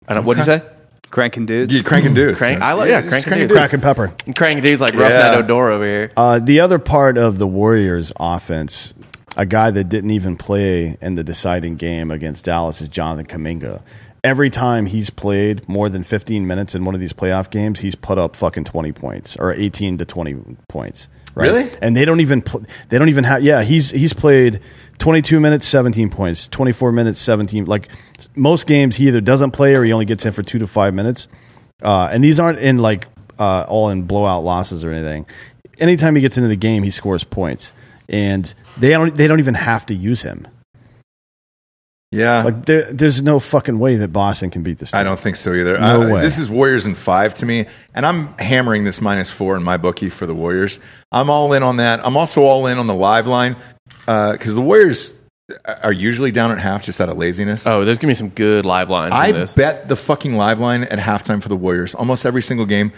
Speaker 5: I don't. What did you say?
Speaker 3: cranking dudes.
Speaker 2: You cranking dudes.
Speaker 5: Crank. I love yeah.
Speaker 2: just
Speaker 5: Crank,
Speaker 2: cranking
Speaker 5: dudes.
Speaker 4: crack and pepper.
Speaker 5: Cranking dudes like roughing
Speaker 2: Yeah.
Speaker 5: that Odor over here.
Speaker 4: Uh, the other part of the Warriors' offense, a guy that didn't even play in the deciding game against Dallas, is Jonathan Kaminga. Every time he's played more than 15 minutes in one of these playoff games, he's put up fucking 20 points or 18 to 20 points. Right?
Speaker 2: Really?
Speaker 4: And they don't even pl- they don't even have yeah he's he's played 22 minutes 17 points 24 minutes 17 like s- most games he either doesn't play or he only gets in for two to five minutes uh, and these aren't in like uh, all in blowout losses or anything. Anytime he gets into the game, he scores points, and they don't they don't even have to use him.
Speaker 2: Yeah.
Speaker 4: Like there, there's no fucking way that Boston can beat this. Team.
Speaker 2: I don't think so either.
Speaker 4: No
Speaker 2: I-
Speaker 4: way.
Speaker 2: This is Warriors in five to me, and I'm hammering this minus four in my bookie for the Warriors. I'm all in on that. I'm also all in on the live line because the Warriors are usually down at half just out of laziness.
Speaker 5: Oh, there's gonna be some good live lines
Speaker 2: I
Speaker 5: in this.
Speaker 2: bet the fucking live line at halftime for the Warriors almost every single game.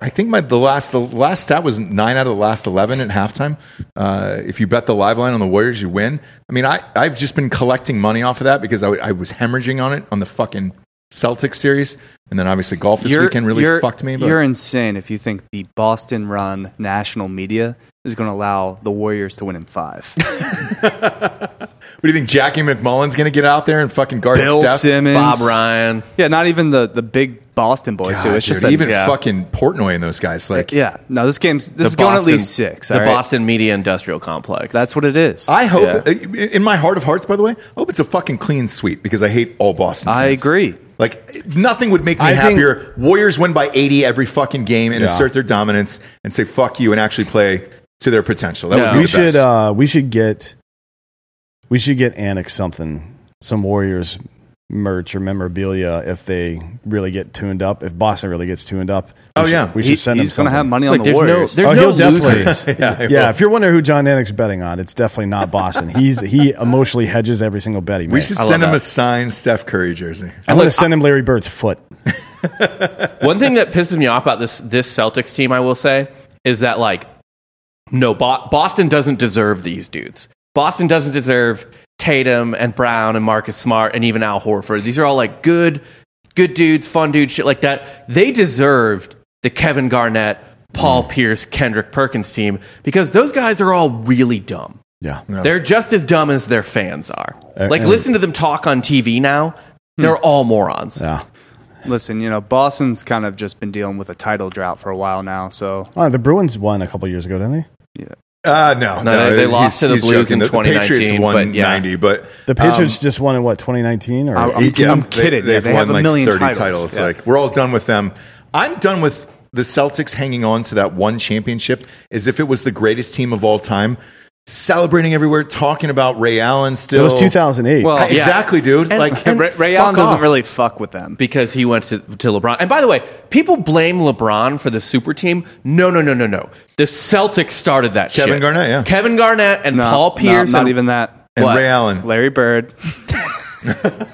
Speaker 2: I think my the last the last stat was nine out of the last eleven at halftime. Uh, if you bet the live line on the Warriors, you win. I mean, I I've just been collecting money off of that because I, I was hemorrhaging on it on the fucking Celtics series, and then obviously golf this
Speaker 3: You're-
Speaker 2: weekend really
Speaker 3: you're-
Speaker 2: fucked me. But
Speaker 3: You're insane if you think the Boston run national media is going to allow the Warriors to win in five.
Speaker 2: what do you think, Jackie McMullen's going to get out there and fucking guard
Speaker 3: Bill
Speaker 2: Steph?
Speaker 3: Simmons,
Speaker 5: Bob Ryan.
Speaker 3: Yeah, not even the, the big Boston boys,
Speaker 2: God,
Speaker 3: too. It's just
Speaker 2: dude,
Speaker 3: that-
Speaker 2: even
Speaker 3: yeah.
Speaker 2: fucking Portnoy and those guys. Like,
Speaker 3: Yeah, no, this game's this is
Speaker 5: The
Speaker 3: going at
Speaker 5: Boston-
Speaker 3: least six.
Speaker 5: The
Speaker 3: all right?
Speaker 5: Boston Media Industrial Complex.
Speaker 3: That's what it is.
Speaker 2: I hope, uh,
Speaker 5: Yeah.
Speaker 2: in my heart of hearts, by the way, I hope it's a fucking clean sweep because I hate all Boston.
Speaker 3: I
Speaker 2: fans.
Speaker 3: agree.
Speaker 2: Like nothing would make me
Speaker 4: I think-
Speaker 2: happier. Warriors win by 80 every fucking game and
Speaker 4: Yeah.
Speaker 2: assert their dominance and say fuck you and actually play to their potential. That
Speaker 5: Yeah.
Speaker 2: would be
Speaker 4: we
Speaker 2: the
Speaker 4: should
Speaker 2: best.
Speaker 4: uh, we should get we should get Anik something some Warriors merch or memorabilia if they really get tuned up. If Boston really gets tuned up, we
Speaker 2: Oh,
Speaker 4: should-
Speaker 2: yeah.
Speaker 4: we should
Speaker 3: He-
Speaker 4: send him.
Speaker 3: he's going to
Speaker 4: something.
Speaker 3: have money on
Speaker 5: Like,
Speaker 3: the
Speaker 5: there's no-
Speaker 3: Warriors.
Speaker 5: there's-
Speaker 4: oh, he'll
Speaker 5: no
Speaker 4: definitely.
Speaker 5: losers.
Speaker 4: yeah, if you're wondering who John Nannix's betting on, it's definitely not Boston. He's he emotionally hedges every single bet he
Speaker 2: We
Speaker 4: makes.
Speaker 2: should
Speaker 5: love
Speaker 2: send him
Speaker 5: that.
Speaker 2: a signed Steph Curry jersey.
Speaker 4: I'm going to
Speaker 5: Look,
Speaker 4: send him Larry Bird's foot.
Speaker 5: One thing that pisses me off about this this Celtics team, I will say, is that like no Bo- Boston doesn't deserve these dudes. Boston doesn't deserve Tatum and Brown and Marcus Smart and even Al Horford. These are all like good good dudes, fun dudes, shit like that. They deserved the Kevin Garnett,
Speaker 3: Hmm.
Speaker 5: Paul Pierce, Kendrick Perkins team because those guys are all really dumb.
Speaker 4: Yeah,
Speaker 5: They're just as dumb as their fans are.
Speaker 4: Uh,
Speaker 5: Like
Speaker 4: and-
Speaker 5: listen to them talk on TV now.
Speaker 2: Hmm.
Speaker 5: They're all morons.
Speaker 4: yeah.
Speaker 3: Listen, you know, Boston's kind of just been dealing with a title drought for a while now. So,
Speaker 4: Oh, the Bruins won a couple years ago, didn't they?
Speaker 2: Uh, no,
Speaker 5: No, they- they lost to the Blues in
Speaker 2: The- the Patriots
Speaker 5: 2019,
Speaker 2: won
Speaker 5: but yeah.
Speaker 2: 90, but
Speaker 4: The Patriots just won in what 2019 or
Speaker 3: I- I'm- I'm kidding.
Speaker 2: They, have
Speaker 3: They
Speaker 2: won
Speaker 3: have a
Speaker 2: like
Speaker 3: million
Speaker 2: 30 titles.
Speaker 3: titles. Yeah.
Speaker 2: Like we're all done with them. I'm done with the Celtics hanging on to that one championship as if it was the greatest team of all time. Celebrating everywhere, talking about Ray Allen still.
Speaker 4: it was 2008.
Speaker 3: Well,
Speaker 2: Hey,
Speaker 5: yeah.
Speaker 2: Exactly, dude.
Speaker 5: And-
Speaker 2: like
Speaker 5: and
Speaker 3: Ray, Ray
Speaker 2: fuck
Speaker 3: Allen doesn't
Speaker 2: off.
Speaker 3: really fuck with them.
Speaker 5: because he went to, to LeBron. And by the way, people blame LeBron for the super team. No, no, no, no, no. The Celtics started that shit.
Speaker 2: Kevin Garnett, yeah.
Speaker 5: Kevin Garnett and
Speaker 3: No,
Speaker 5: Paul
Speaker 3: no,
Speaker 5: Pierce.
Speaker 3: not
Speaker 5: and-
Speaker 3: even that.
Speaker 2: and
Speaker 5: What?
Speaker 2: Ray Allen.
Speaker 3: Larry Bird,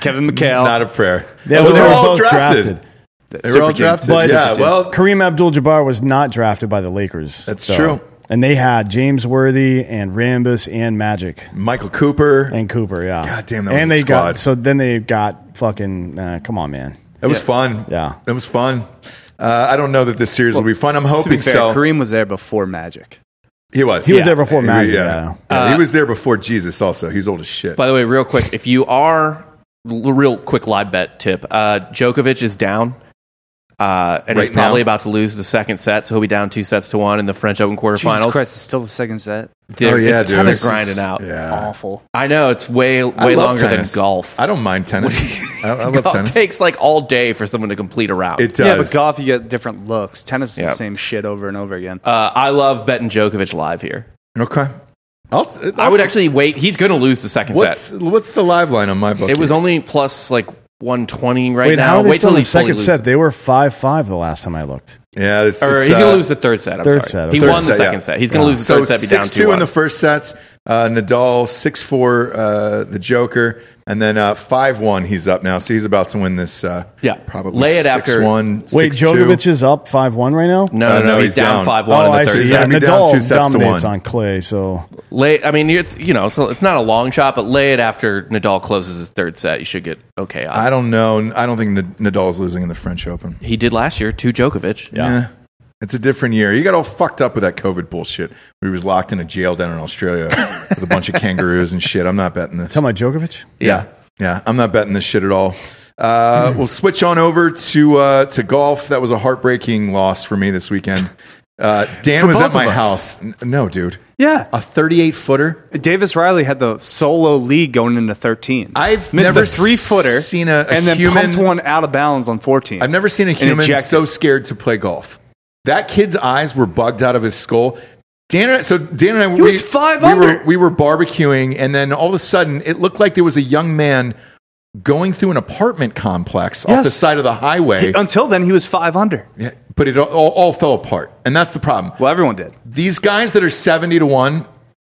Speaker 3: Kevin McHale.
Speaker 2: Not a prayer.
Speaker 4: Yeah,
Speaker 2: Well,
Speaker 4: those
Speaker 2: they were
Speaker 4: were
Speaker 2: all
Speaker 4: both
Speaker 2: drafted.
Speaker 4: drafted.
Speaker 2: They were all
Speaker 3: Super team.
Speaker 2: drafted.
Speaker 4: But
Speaker 2: yeah, well,
Speaker 4: Kareem Abdul-Jabbar was not drafted by the Lakers.
Speaker 2: That's true.
Speaker 4: And they had James Worthy and Rambus and Magic
Speaker 2: Michael Cooper.
Speaker 4: and Cooper. Yeah.
Speaker 2: God damn, that was
Speaker 4: and
Speaker 2: a
Speaker 4: they
Speaker 2: squad.
Speaker 4: got so then they got fucking. Uh, come on, man.
Speaker 2: That was fun.
Speaker 4: Yeah.
Speaker 2: That was fun. Uh, I don't know that this series will be fun. I'm
Speaker 3: to be
Speaker 2: hoping
Speaker 3: fair,
Speaker 2: so.
Speaker 3: Kareem was there before Magic.
Speaker 2: He was.
Speaker 4: He was there before Magic, yeah.
Speaker 2: Yeah,
Speaker 3: Uh,
Speaker 2: he was there before Jesus. Also, he's old as shit.
Speaker 5: By the way, real quick, if you are l- real quick live bet tip, uh, Djokovic is down. Uh, and he's
Speaker 2: Right now?
Speaker 5: probably about to lose the second set, so he'll be down two sets to one in the French Open
Speaker 3: Jesus
Speaker 5: quarterfinals.
Speaker 3: Christ, it's still the second set.
Speaker 5: They're-
Speaker 2: Oh, yeah,
Speaker 5: it's
Speaker 2: dude.
Speaker 5: tennis
Speaker 2: This
Speaker 5: grinding
Speaker 2: is-
Speaker 5: out.
Speaker 2: yeah,
Speaker 3: Awful.
Speaker 5: I know it's way
Speaker 2: I
Speaker 5: way
Speaker 2: love
Speaker 5: longer
Speaker 2: tennis.
Speaker 5: than golf.
Speaker 2: I don't mind tennis. I, I love
Speaker 5: golf
Speaker 2: tennis.
Speaker 5: takes like all day for someone to complete a round.
Speaker 2: it does.
Speaker 3: Yeah, but golf, you get different looks. Tennis is
Speaker 5: Yeah.
Speaker 3: the same shit over and over again.
Speaker 5: uh, I love betting Djokovic live here.
Speaker 2: Okay. I'll,
Speaker 5: I would actually wait. He's going to lose the second
Speaker 2: What's
Speaker 5: set.
Speaker 2: what's the live line on my book?
Speaker 5: It was only plus like 120 right
Speaker 4: Wait,
Speaker 5: now.
Speaker 4: how are they
Speaker 5: uh, wait
Speaker 4: still in the
Speaker 5: he fully
Speaker 4: second
Speaker 5: loses-
Speaker 4: set? They were five five the last time I looked.
Speaker 2: yeah. It's,
Speaker 5: Or
Speaker 2: it's,
Speaker 5: he's going
Speaker 2: uh,
Speaker 5: to lose the third set. I'm
Speaker 4: third
Speaker 5: sorry.
Speaker 4: set,
Speaker 5: he
Speaker 4: third
Speaker 5: won the
Speaker 2: set,
Speaker 5: second
Speaker 2: yeah. Oh.
Speaker 5: set. He's going to lose the
Speaker 2: So
Speaker 5: third set. Be down
Speaker 2: six two in the first
Speaker 5: first.
Speaker 2: sets. Uh, Nadal six four. Uh, the Joker, and then uh, five one. He's up now, so he's about to win this. Uh,
Speaker 5: Yeah.
Speaker 2: probably
Speaker 5: Lay it
Speaker 2: six,
Speaker 5: after-
Speaker 2: one.
Speaker 4: Wait,
Speaker 2: six, two.
Speaker 4: Djokovic is up five one right now.
Speaker 5: No,
Speaker 2: Uh,
Speaker 5: no, no, He's, down five one
Speaker 4: Oh,
Speaker 5: in the
Speaker 4: I
Speaker 5: third set.
Speaker 4: see. Yeah,
Speaker 2: He's gonna be down
Speaker 4: Nadal
Speaker 2: two sets to
Speaker 4: dominates
Speaker 2: one.
Speaker 4: on clay, so
Speaker 5: Lay, I mean, it's you know, it's, it's not a long shot, but lay it after Nadal closes his third set. You should get okay. odds.
Speaker 2: I don't know. I don't think Nad- Nadal's losing in the French Open.
Speaker 5: he did last year to Djokovic.
Speaker 4: Yeah.
Speaker 2: Eh, It's a different year. He got all fucked up with that COVID bullshit. He was locked in a jail down in Australia with a bunch of kangaroos and shit. I'm not betting this.
Speaker 4: tell my Djokovic.
Speaker 5: yeah.
Speaker 2: Yeah, I'm not betting this shit at all. Uh, we'll switch on over to uh, to golf. That was a heartbreaking loss for me this weekend. Uh, Dan was
Speaker 3: both
Speaker 2: at
Speaker 3: of
Speaker 2: my
Speaker 3: us.
Speaker 2: house. N- No, dude,
Speaker 3: Yeah.
Speaker 2: a 38 footer.
Speaker 3: Davis Riley had the solo lead going into 13.
Speaker 2: I've
Speaker 3: missed
Speaker 2: never
Speaker 3: a three footer,
Speaker 2: seen a- a
Speaker 3: and then
Speaker 2: human-
Speaker 3: pumped one out of bounds on 14.
Speaker 2: I've never seen a human
Speaker 3: ejected.
Speaker 2: so scared to play golf. That kid's eyes were bugged out of his skull. Dan and I, so Dan and I we,
Speaker 3: was five
Speaker 2: we
Speaker 3: under.
Speaker 2: were we were barbecuing and then all of a sudden it looked like there was a young man going through an apartment complex off
Speaker 3: Yes.
Speaker 2: the side of the highway.
Speaker 3: Until then, he uh, was five under.
Speaker 2: Yeah, but it all, all fell apart. And that's the problem.
Speaker 3: Well, everyone did.
Speaker 2: These guys that are 70 to 1,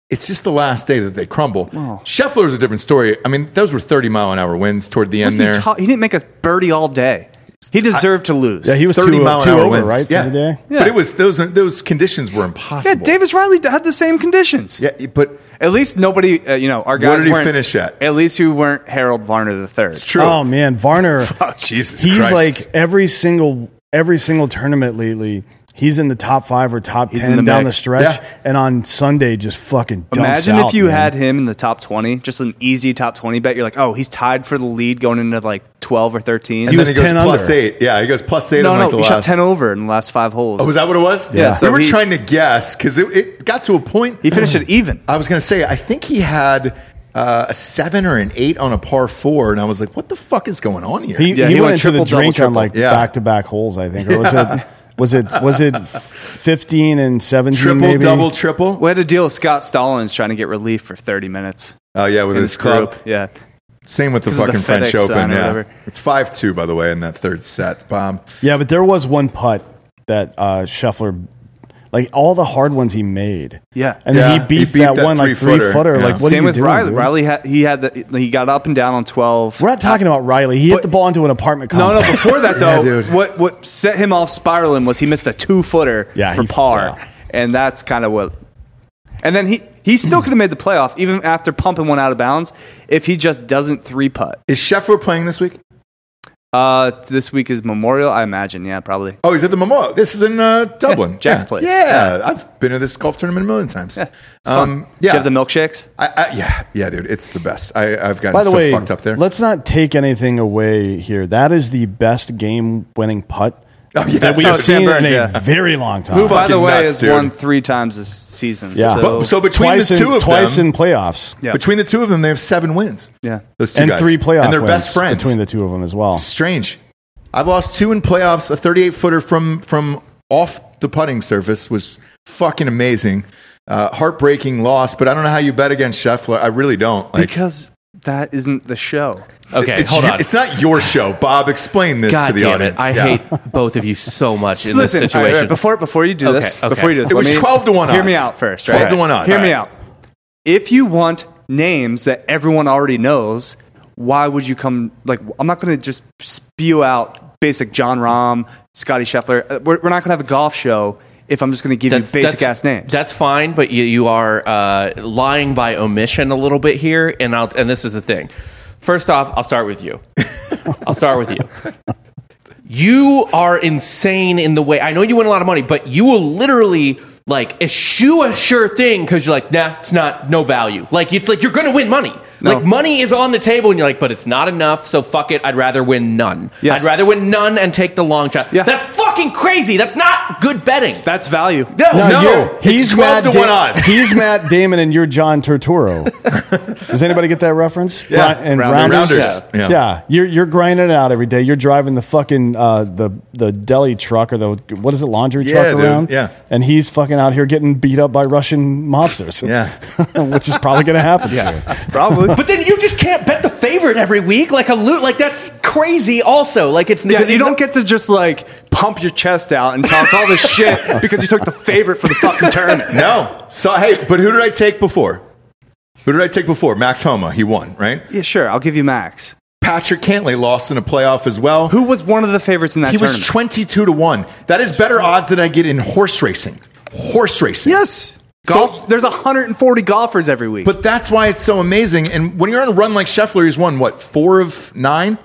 Speaker 2: it's just the last day that they crumble. Scheffler was a different story. I mean, those were 30 mile an hour winds toward the end
Speaker 3: he,
Speaker 2: there.
Speaker 3: ta- he didn't make a birdie all day. He deserved to lose.
Speaker 4: Yeah, he was
Speaker 2: 30
Speaker 4: two, uh,
Speaker 2: mile
Speaker 4: two
Speaker 2: an hour
Speaker 4: over
Speaker 2: winds.
Speaker 4: right for
Speaker 2: yeah.
Speaker 4: the day.
Speaker 3: Yeah.
Speaker 2: But it was those those conditions were
Speaker 3: Yeah,
Speaker 2: impossible.
Speaker 3: Davis Riley had the same conditions.
Speaker 2: Yeah, but
Speaker 3: At least nobody, uh, you know, our guys
Speaker 2: did he
Speaker 3: weren't-
Speaker 2: finish at?
Speaker 3: At least you weren't Harold Varner the third.
Speaker 2: it's true.
Speaker 4: Oh man, Varner.
Speaker 2: Jesus
Speaker 4: he's
Speaker 2: Christ.
Speaker 4: like every single every single tournament lately. He's in the top five or top
Speaker 3: He's
Speaker 4: ten
Speaker 3: in the
Speaker 4: down the
Speaker 3: mix.
Speaker 4: stretch,
Speaker 2: Yeah.
Speaker 4: and on Sunday just fucking. Dumps
Speaker 3: Imagine
Speaker 4: out,
Speaker 3: if you
Speaker 4: man.
Speaker 3: had him in the top twenty, just an easy top twenty bet. You're like, oh, he's tied for the lead going into like twelve or thirteen.
Speaker 2: and
Speaker 4: he
Speaker 2: then
Speaker 4: was
Speaker 2: he goes
Speaker 4: 10
Speaker 2: plus
Speaker 4: under.
Speaker 2: 8. Yeah, he goes plus 8
Speaker 3: no,
Speaker 2: on
Speaker 3: no,
Speaker 2: like the
Speaker 3: he
Speaker 2: last
Speaker 3: shot ten over in the last five holes.
Speaker 2: Oh, was that what it was?
Speaker 3: Yeah,
Speaker 2: We
Speaker 3: so
Speaker 2: were
Speaker 3: he-
Speaker 2: trying to guess cuz it, it got to a point
Speaker 3: he finished it even.
Speaker 2: I was going to say, I think he had uh, a seven or an eight on a par four, and I was like, what the fuck is going on here?
Speaker 4: He,
Speaker 3: Yeah, he
Speaker 4: he,
Speaker 3: went
Speaker 4: went, into the
Speaker 3: triple, double,
Speaker 4: drink on
Speaker 3: triple.
Speaker 4: like
Speaker 2: Yeah.
Speaker 4: back to back holes, I think. Or was it was it was it fifteen and seventeen?
Speaker 2: triple,
Speaker 4: maybe?
Speaker 2: double, triple.
Speaker 3: We had a deal with Scott Stallings trying to get relief for thirty minutes
Speaker 2: Oh, yeah, with
Speaker 3: in
Speaker 2: his
Speaker 3: this group.
Speaker 2: club.
Speaker 3: Yeah,
Speaker 2: Same with the
Speaker 3: 'Cause of the
Speaker 2: fucking French
Speaker 3: FedEx
Speaker 2: Open.
Speaker 3: sign or
Speaker 2: Yeah.
Speaker 3: whatever.
Speaker 2: It's 5 2, by the way, in that third set. Bomb.
Speaker 4: Yeah, but there was one putt that uh, Scheffler, like all the hard ones he made.
Speaker 3: Yeah.
Speaker 4: and then
Speaker 2: Yeah,
Speaker 4: he beat,
Speaker 2: he beat
Speaker 4: that,
Speaker 2: that
Speaker 4: one like three
Speaker 2: three-footer.
Speaker 4: footer.
Speaker 2: Yeah.
Speaker 4: Like what are
Speaker 3: Same
Speaker 4: you
Speaker 3: with
Speaker 4: doing,
Speaker 3: Riley.
Speaker 4: dude?
Speaker 3: Riley had, he had the, he got up and down on twelve.
Speaker 4: We're not talking about Riley. He hit
Speaker 3: But-
Speaker 4: the ball into an apartment
Speaker 3: No, no.
Speaker 4: complex.
Speaker 3: Before that
Speaker 2: Yeah,
Speaker 3: though,
Speaker 2: dude.
Speaker 3: what what set him off spiraling was he missed a two footer
Speaker 4: Yeah,
Speaker 3: for
Speaker 4: he-
Speaker 3: par,
Speaker 4: yeah.
Speaker 3: and that's kind of what. And then he he still could have made the playoff even after pumping one out of bounds if he just doesn't three putt.
Speaker 2: Is Scheffler playing this week?
Speaker 3: Uh, this week is Memorial, I imagine. Yeah, probably.
Speaker 2: Oh, he's at the Memorial. This is in uh, Dublin.
Speaker 3: Jack's
Speaker 2: yeah.
Speaker 3: place.
Speaker 2: Yeah. I've been to this golf tournament a million times.
Speaker 3: Yeah, it's
Speaker 2: Um,
Speaker 3: fun.
Speaker 2: yeah.
Speaker 3: Do you have the milkshakes?
Speaker 2: I, I, yeah, yeah, dude, it's the best. I, I've gotten
Speaker 4: By the
Speaker 2: so
Speaker 4: way,
Speaker 2: fucked up there.
Speaker 4: let's not take anything away here. That is the best game-winning putt
Speaker 2: oh, yeah,
Speaker 4: that we've
Speaker 3: Oh, Sam
Speaker 4: seen
Speaker 3: Burns,
Speaker 4: in a
Speaker 3: yeah.
Speaker 4: very long time.
Speaker 3: Who, by
Speaker 2: fucking
Speaker 3: the way,
Speaker 2: nuts,
Speaker 3: has
Speaker 2: dude.
Speaker 3: won three times this season.
Speaker 4: Yeah.
Speaker 2: But- so between
Speaker 4: twice
Speaker 2: the two
Speaker 4: in,
Speaker 2: of
Speaker 4: twice
Speaker 2: them,
Speaker 4: in playoffs
Speaker 3: Yeah.
Speaker 2: between the two of them, they have seven wins.
Speaker 3: yeah.
Speaker 2: Those two
Speaker 4: and
Speaker 2: guys.
Speaker 4: three playoff
Speaker 2: and they're
Speaker 4: wins
Speaker 2: best friends
Speaker 4: between the two of them as well.
Speaker 2: Strange. I've lost two in playoffs. A 38 footer from from off the putting surface was fucking amazing. Uh, heartbreaking loss, but I don't know how you bet against Scheffler. I really don't. Like,
Speaker 3: because that isn't the show.
Speaker 5: Okay,
Speaker 2: it's,
Speaker 5: hold
Speaker 2: you-
Speaker 5: on.
Speaker 2: It's not your show, Bob. Explain this
Speaker 5: God
Speaker 2: to the
Speaker 5: damn
Speaker 2: audience.
Speaker 5: it! I
Speaker 2: Yeah.
Speaker 5: hate both of you so much in this
Speaker 3: Listen, all right,
Speaker 5: situation.
Speaker 3: right, before before you do
Speaker 5: Okay,
Speaker 3: this,
Speaker 5: okay.
Speaker 3: before you do this,
Speaker 2: It
Speaker 3: let
Speaker 2: was
Speaker 3: me-
Speaker 2: 12 to 1
Speaker 3: Hear
Speaker 2: odds.
Speaker 3: me out first.
Speaker 2: 12
Speaker 3: right?
Speaker 2: to 1 odds.
Speaker 3: Hear me
Speaker 2: Alright.
Speaker 3: out. If you want names that everyone already knows, why would you come? Like, I'm not going to just spew out basic John Rahm, Scotty Scheffler. Uh, We're, we're not going to have a golf show if I'm just going to give you basic ass names.
Speaker 5: That's fine, but you, you are uh, lying by omission a little bit here, and I'll, and this is the thing. First off, I'll start with you. I'll start with you. You are insane in the way I know you win a lot of money, but you will literally like eschew a sure thing because you're like, nah, it's not no value. Like it's like you're gonna win money.
Speaker 3: No.
Speaker 5: Like money is on the table, and you're like, but it's not enough, so fuck it. I'd rather win none.
Speaker 3: Yes.
Speaker 5: I'd rather win none and take the long shot.
Speaker 3: Yeah.
Speaker 5: That's fucking crazy. That's not good betting.
Speaker 3: That's value.
Speaker 5: no,
Speaker 2: No,
Speaker 4: you're-
Speaker 2: it's 12 to
Speaker 4: Da-
Speaker 2: 1 odds.
Speaker 4: He's Matt Damon, and you're John Turturro. Does anybody get that reference?
Speaker 2: Yeah.
Speaker 4: Ri- and
Speaker 3: Rounders.
Speaker 4: rounders.
Speaker 2: Rounders.
Speaker 4: Yeah,
Speaker 2: Yeah.
Speaker 4: You're you're grinding it out every day. You're driving the fucking uh, the the deli truck or the what is it laundry
Speaker 2: Yeah,
Speaker 4: truck
Speaker 2: dude.
Speaker 4: around?
Speaker 2: Yeah.
Speaker 4: and he's fucking out here getting beat up by Russian mobsters.
Speaker 2: Yeah.
Speaker 4: which is probably going to happen soon.
Speaker 3: Probably.
Speaker 5: But then you just can't bet the favorite every week, like a loot. Like that's crazy. Also, like it's
Speaker 3: Yeah, you don't get to just like pump your chest out and talk all this shit because you took the favorite for the fucking tournament.
Speaker 2: No. So hey, but who did I take before? Who did I take before? Max Homa. He won, right?
Speaker 3: Yeah, sure. I'll give you Max.
Speaker 2: Patrick Cantley lost in a playoff as well.
Speaker 3: Who was one of the favorites in that
Speaker 2: He was
Speaker 3: tournament?
Speaker 2: twenty-two to one. That is better odds than I get in horse racing. Horse racing.
Speaker 3: yes. Golf. there's 140 golfers every week.
Speaker 2: But that's why it's so amazing. And when you're on a run like Scheffler, he's won what four of nine,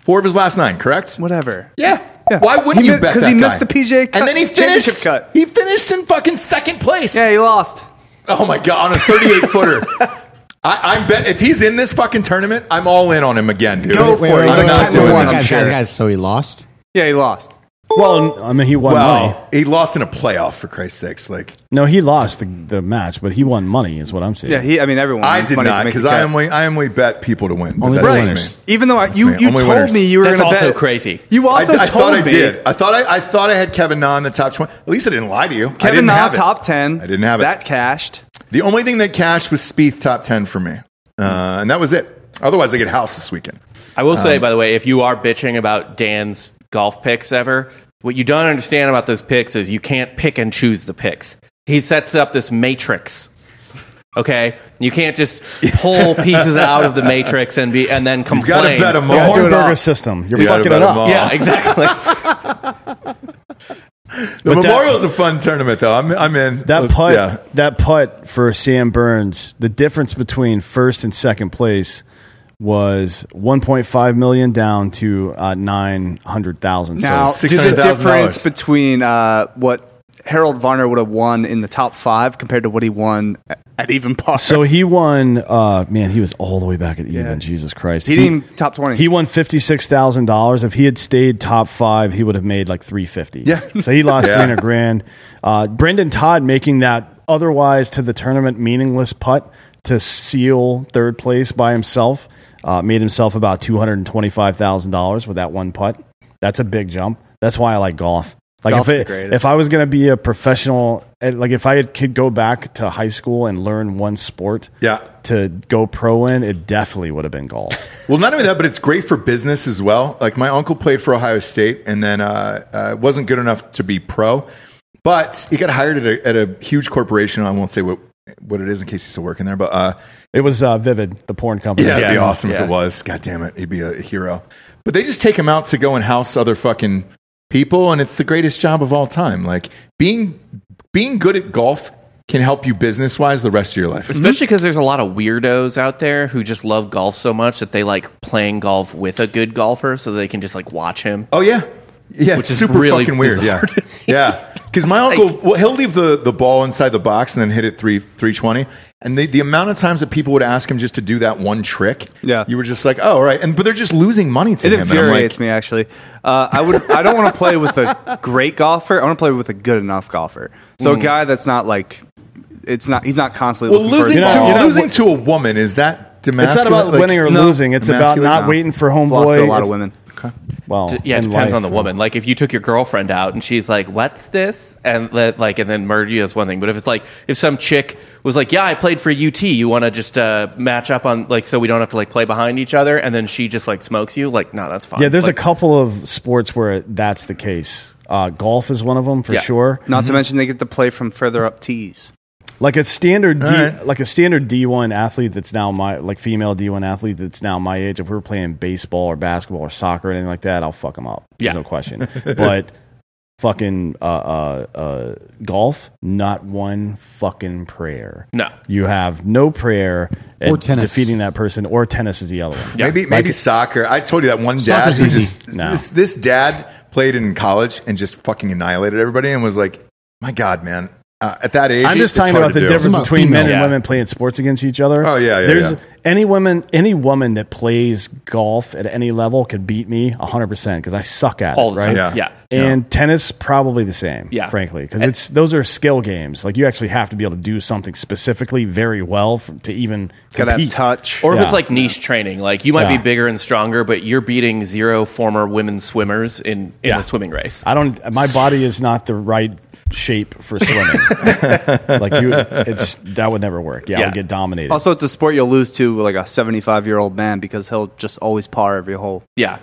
Speaker 2: four of his last nine, correct?
Speaker 3: whatever.
Speaker 2: Yeah.
Speaker 3: Yeah.
Speaker 2: Why wouldn't
Speaker 3: He
Speaker 2: you
Speaker 3: mi-
Speaker 2: bet?
Speaker 3: 'cause
Speaker 2: that
Speaker 3: he
Speaker 2: guy?
Speaker 3: missed the PGA cut-
Speaker 2: and then he
Speaker 3: championship
Speaker 2: finished.
Speaker 3: cut.
Speaker 2: He finished in fucking second place.
Speaker 3: Yeah, he lost.
Speaker 2: Oh my god, on a 38 footer. I, I'm bet if he's in this fucking tournament, I'm all in on him again, dude.
Speaker 3: Go for it.
Speaker 2: I'm
Speaker 3: He's like
Speaker 2: not
Speaker 3: ten to
Speaker 2: doing
Speaker 3: one,
Speaker 2: it.
Speaker 3: I'm
Speaker 6: guys,
Speaker 3: sure.
Speaker 6: guys, guys, so he lost.
Speaker 3: Yeah, he lost.
Speaker 4: Well, I mean, he won money.
Speaker 2: Well, he lost in a playoff for Christ's sakes. Like
Speaker 4: No, he lost the, the match, but he won money, is what I'm saying.
Speaker 3: Yeah, he. I mean, everyone.
Speaker 2: I
Speaker 3: wins
Speaker 2: did
Speaker 3: money
Speaker 2: not
Speaker 3: to make
Speaker 2: because
Speaker 3: the
Speaker 2: I
Speaker 3: cut.
Speaker 2: only I only bet people to win. but
Speaker 6: Only
Speaker 2: that's
Speaker 6: bet
Speaker 2: just
Speaker 6: winners.
Speaker 2: me.
Speaker 3: Even though I, you
Speaker 2: me.
Speaker 3: you
Speaker 2: Only
Speaker 3: told
Speaker 2: winners.
Speaker 3: me you were
Speaker 5: That's
Speaker 3: gonna
Speaker 5: also
Speaker 3: bet.
Speaker 5: crazy.
Speaker 3: You also
Speaker 2: I, I
Speaker 3: told
Speaker 2: thought
Speaker 3: me
Speaker 2: I did. I thought I, I thought I had Kevin Na in the top twenty. At least I didn't lie to you. I
Speaker 3: Kevin
Speaker 2: didn't
Speaker 3: Na
Speaker 2: have it.
Speaker 3: top ten.
Speaker 2: I didn't have it.
Speaker 3: That cashed.
Speaker 2: the only thing that cashed was Spieth top ten for me, uh, and that was it. Otherwise, I get house this weekend.
Speaker 5: I will
Speaker 2: Um,
Speaker 5: say, by the way, if you are bitching about Dan's golf picks ever, what you don't understand about those picks is you can't pick and choose the picks. He sets up this matrix. Okay, you can't just pull pieces out of the matrix and be and then complain.
Speaker 2: gotta bet 'em
Speaker 4: The
Speaker 2: all.
Speaker 4: Hornberger
Speaker 2: Do it all.
Speaker 4: system. You're
Speaker 2: You gotta
Speaker 4: fucking
Speaker 2: bet
Speaker 4: it
Speaker 2: 'em
Speaker 4: up.
Speaker 2: all.
Speaker 5: Yeah, exactly.
Speaker 2: The
Speaker 4: But that-
Speaker 2: Memorial's a fun tournament, though. I'm I'm in
Speaker 4: That
Speaker 2: Let's-
Speaker 4: putt,
Speaker 2: yeah.
Speaker 4: that putt for Sam Burns, the difference between first and second place was 1.5 million down to uh, 900,000.
Speaker 3: Now,
Speaker 4: so
Speaker 3: do the
Speaker 2: $600,000.
Speaker 3: difference between uh, what Harold Varner would have won in the top five compared to what he won at even par.
Speaker 4: so he won uh, man, he was all the way back at even.
Speaker 3: Yeah.
Speaker 4: Jesus Christ.
Speaker 3: He didn't even top 20.
Speaker 4: He won $56,000. If he had stayed top 5, he would have made like 350.
Speaker 2: Yeah.
Speaker 4: So he lost
Speaker 2: Yeah.
Speaker 4: 300 grand. Uh, Brendan Todd making that otherwise to the tournament meaningless putt to seal third place by himself uh, made himself about $225,000 with that one putt. That's a big jump. That's why I like golf. Like
Speaker 3: Golf's
Speaker 4: if,
Speaker 3: the
Speaker 4: it,
Speaker 3: greatest.
Speaker 4: if I was going to be a professional, eh, like if I could go back to high school and learn one sport
Speaker 2: Yeah.
Speaker 4: to go pro in, it definitely would have been golf.
Speaker 2: Well, not only that, but it's great for business as well. Like my uncle played for Ohio State, and then uh, uh, wasn't good enough to be pro, but he got hired at a, at a huge corporation. I won't say what what it is in case he's still working there, but uh,
Speaker 4: It was uh, Vivid, the porn company.
Speaker 2: yeah, it'd be awesome if
Speaker 5: Yeah.
Speaker 2: it was. God damn it, he'd be a hero. But they just take him out to go and house other fucking people, and it's the greatest job of all time. Like being being good at golf can help you business wise the rest of your life.
Speaker 4: Mm-hmm.
Speaker 5: Especially because there's a lot of weirdos out there who just love golf so much that they like playing golf with a good golfer so they can just like watch him.
Speaker 2: Oh yeah, yeah.
Speaker 5: Which
Speaker 2: it's
Speaker 5: is
Speaker 2: super
Speaker 5: really
Speaker 2: fucking weird.
Speaker 5: bizarre to
Speaker 2: Yeah, yeah. Because my uncle, well, he'll leave the, the ball inside the box and then hit it three three twenty. And the, the amount of times that people would ask him just to do that one trick,
Speaker 3: Yeah.
Speaker 2: you were just like, oh, all right. And but they're just losing money to
Speaker 3: It
Speaker 2: him. And I'm like,
Speaker 3: infuriates me actually. Uh, I would. I don't want to play with a great golfer. I want to play with a good enough golfer. So
Speaker 2: Mm.
Speaker 3: a guy that's not like, it's not. He's not constantly
Speaker 2: well,
Speaker 3: looking for his
Speaker 2: losing
Speaker 4: You know-
Speaker 2: to
Speaker 3: ball.
Speaker 4: you know-
Speaker 2: losing to a woman is that demasculine?
Speaker 4: It's not about winning or
Speaker 3: no,
Speaker 4: losing. It's about
Speaker 2: emasculate?
Speaker 4: not
Speaker 3: No.
Speaker 4: waiting for
Speaker 3: I've lost to
Speaker 4: homeboy.
Speaker 3: a lot of
Speaker 4: It's-
Speaker 3: women.
Speaker 4: Well,
Speaker 5: Yeah, it
Speaker 4: in
Speaker 5: depends
Speaker 4: Oh, life.
Speaker 5: on the woman. Like if you took your girlfriend out and she's like, "What's this?" and let, like and then murder you is one thing. But if it's like if some chick was like, "Yeah, I played for UT. You want to just uh, match up on like so we don't have to like play behind each other?" and then she just like smokes you, like, "No, that's fine."
Speaker 4: Yeah, there's
Speaker 5: Like,
Speaker 4: a couple of sports where that's the case. Uh, golf is one of them for
Speaker 5: Yeah.
Speaker 4: sure.
Speaker 3: Not to mention they get to play from further up tees.
Speaker 4: Like a standard, D,
Speaker 2: Alright.
Speaker 4: like a standard D one athlete that's now my like female D one athlete that's now my age. If we were playing baseball or basketball or soccer or anything like that, I'll fuck them up.
Speaker 5: Yeah.
Speaker 4: There's no question. but fucking uh, uh, uh, golf, not one fucking prayer.
Speaker 5: No.
Speaker 4: you have no prayer.
Speaker 6: Or
Speaker 4: at
Speaker 6: tennis.
Speaker 4: defeating that person, or tennis is the other one.
Speaker 5: Yeah.
Speaker 2: Maybe maybe soccer. I told you that one dad
Speaker 6: Soccer's
Speaker 2: who
Speaker 6: easy.
Speaker 2: just
Speaker 4: No.
Speaker 2: this, this dad played in college and just fucking annihilated everybody and was like, my god, man. Uh, at that age,
Speaker 4: I'm
Speaker 2: it's
Speaker 4: just talking
Speaker 2: hard to
Speaker 4: about the
Speaker 2: do.
Speaker 4: difference
Speaker 6: about
Speaker 4: between men and
Speaker 6: female.
Speaker 4: women playing sports against each other.
Speaker 2: Oh, yeah, yeah,
Speaker 4: There's
Speaker 2: yeah.
Speaker 4: any woman, any woman that plays golf at any level could beat me 100 percent because I suck at
Speaker 5: All
Speaker 4: it.
Speaker 5: the
Speaker 4: Right?
Speaker 5: time. Yeah. Yeah.
Speaker 4: And tennis probably the same.
Speaker 5: Yeah.
Speaker 4: Frankly, because it's those are skill games. Like you actually have to be able to do something specifically very well for, to even
Speaker 3: Got to have
Speaker 4: compete.
Speaker 3: touch.
Speaker 5: Or if
Speaker 4: Yeah.
Speaker 5: it's like niche training, like you might
Speaker 4: Yeah.
Speaker 5: be bigger and stronger, but you're beating zero former women swimmers in, in
Speaker 4: Yeah.
Speaker 5: the swimming race.
Speaker 4: I don't. My body is not the right shape for swimming. like you, it's that would never work. Yeah, I
Speaker 5: Yeah.
Speaker 4: would get dominated.
Speaker 3: also, it's a sport you'll lose to like a 75 year old man because he'll just always par every hole.
Speaker 5: yeah.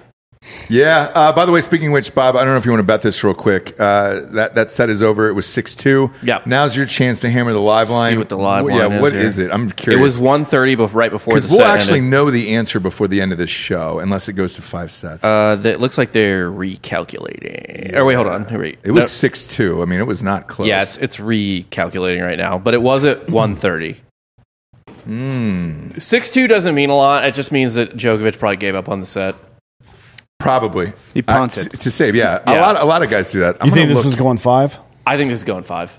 Speaker 2: Yeah. Uh, by the way, speaking of which, Bob, I don't know if you want to bet this real quick. Uh, that that set is over. It was six two.
Speaker 5: Yep.
Speaker 2: Now's your chance to hammer the live line.
Speaker 5: what the live
Speaker 2: Wh- yeah,
Speaker 5: line is
Speaker 2: What
Speaker 5: here.
Speaker 2: is it? I'm
Speaker 5: It
Speaker 2: curious.
Speaker 5: was 1.30 bef- right before the
Speaker 2: because we'll
Speaker 5: set
Speaker 2: actually
Speaker 5: ended.
Speaker 2: know the answer before the end of this show, unless it goes to five sets.
Speaker 5: Uh, th- it looks like they're recalculating. Or wait, hold on. Here, wait.
Speaker 2: it was
Speaker 5: No.
Speaker 2: six two. I mean, it was not close.
Speaker 5: Yeah, it's, it's recalculating right now, but it was at 1.30.
Speaker 2: Hmm.
Speaker 5: Six two doesn't mean a lot. It just means that Djokovic probably gave up on the set.
Speaker 2: probably
Speaker 3: He punted.
Speaker 2: Uh, it's a save. Yeah.
Speaker 5: Yeah.
Speaker 2: a lot. A lot of guys do that. I'm
Speaker 4: you
Speaker 2: gonna
Speaker 4: think this
Speaker 2: look,
Speaker 4: is going five?
Speaker 5: I think this is going five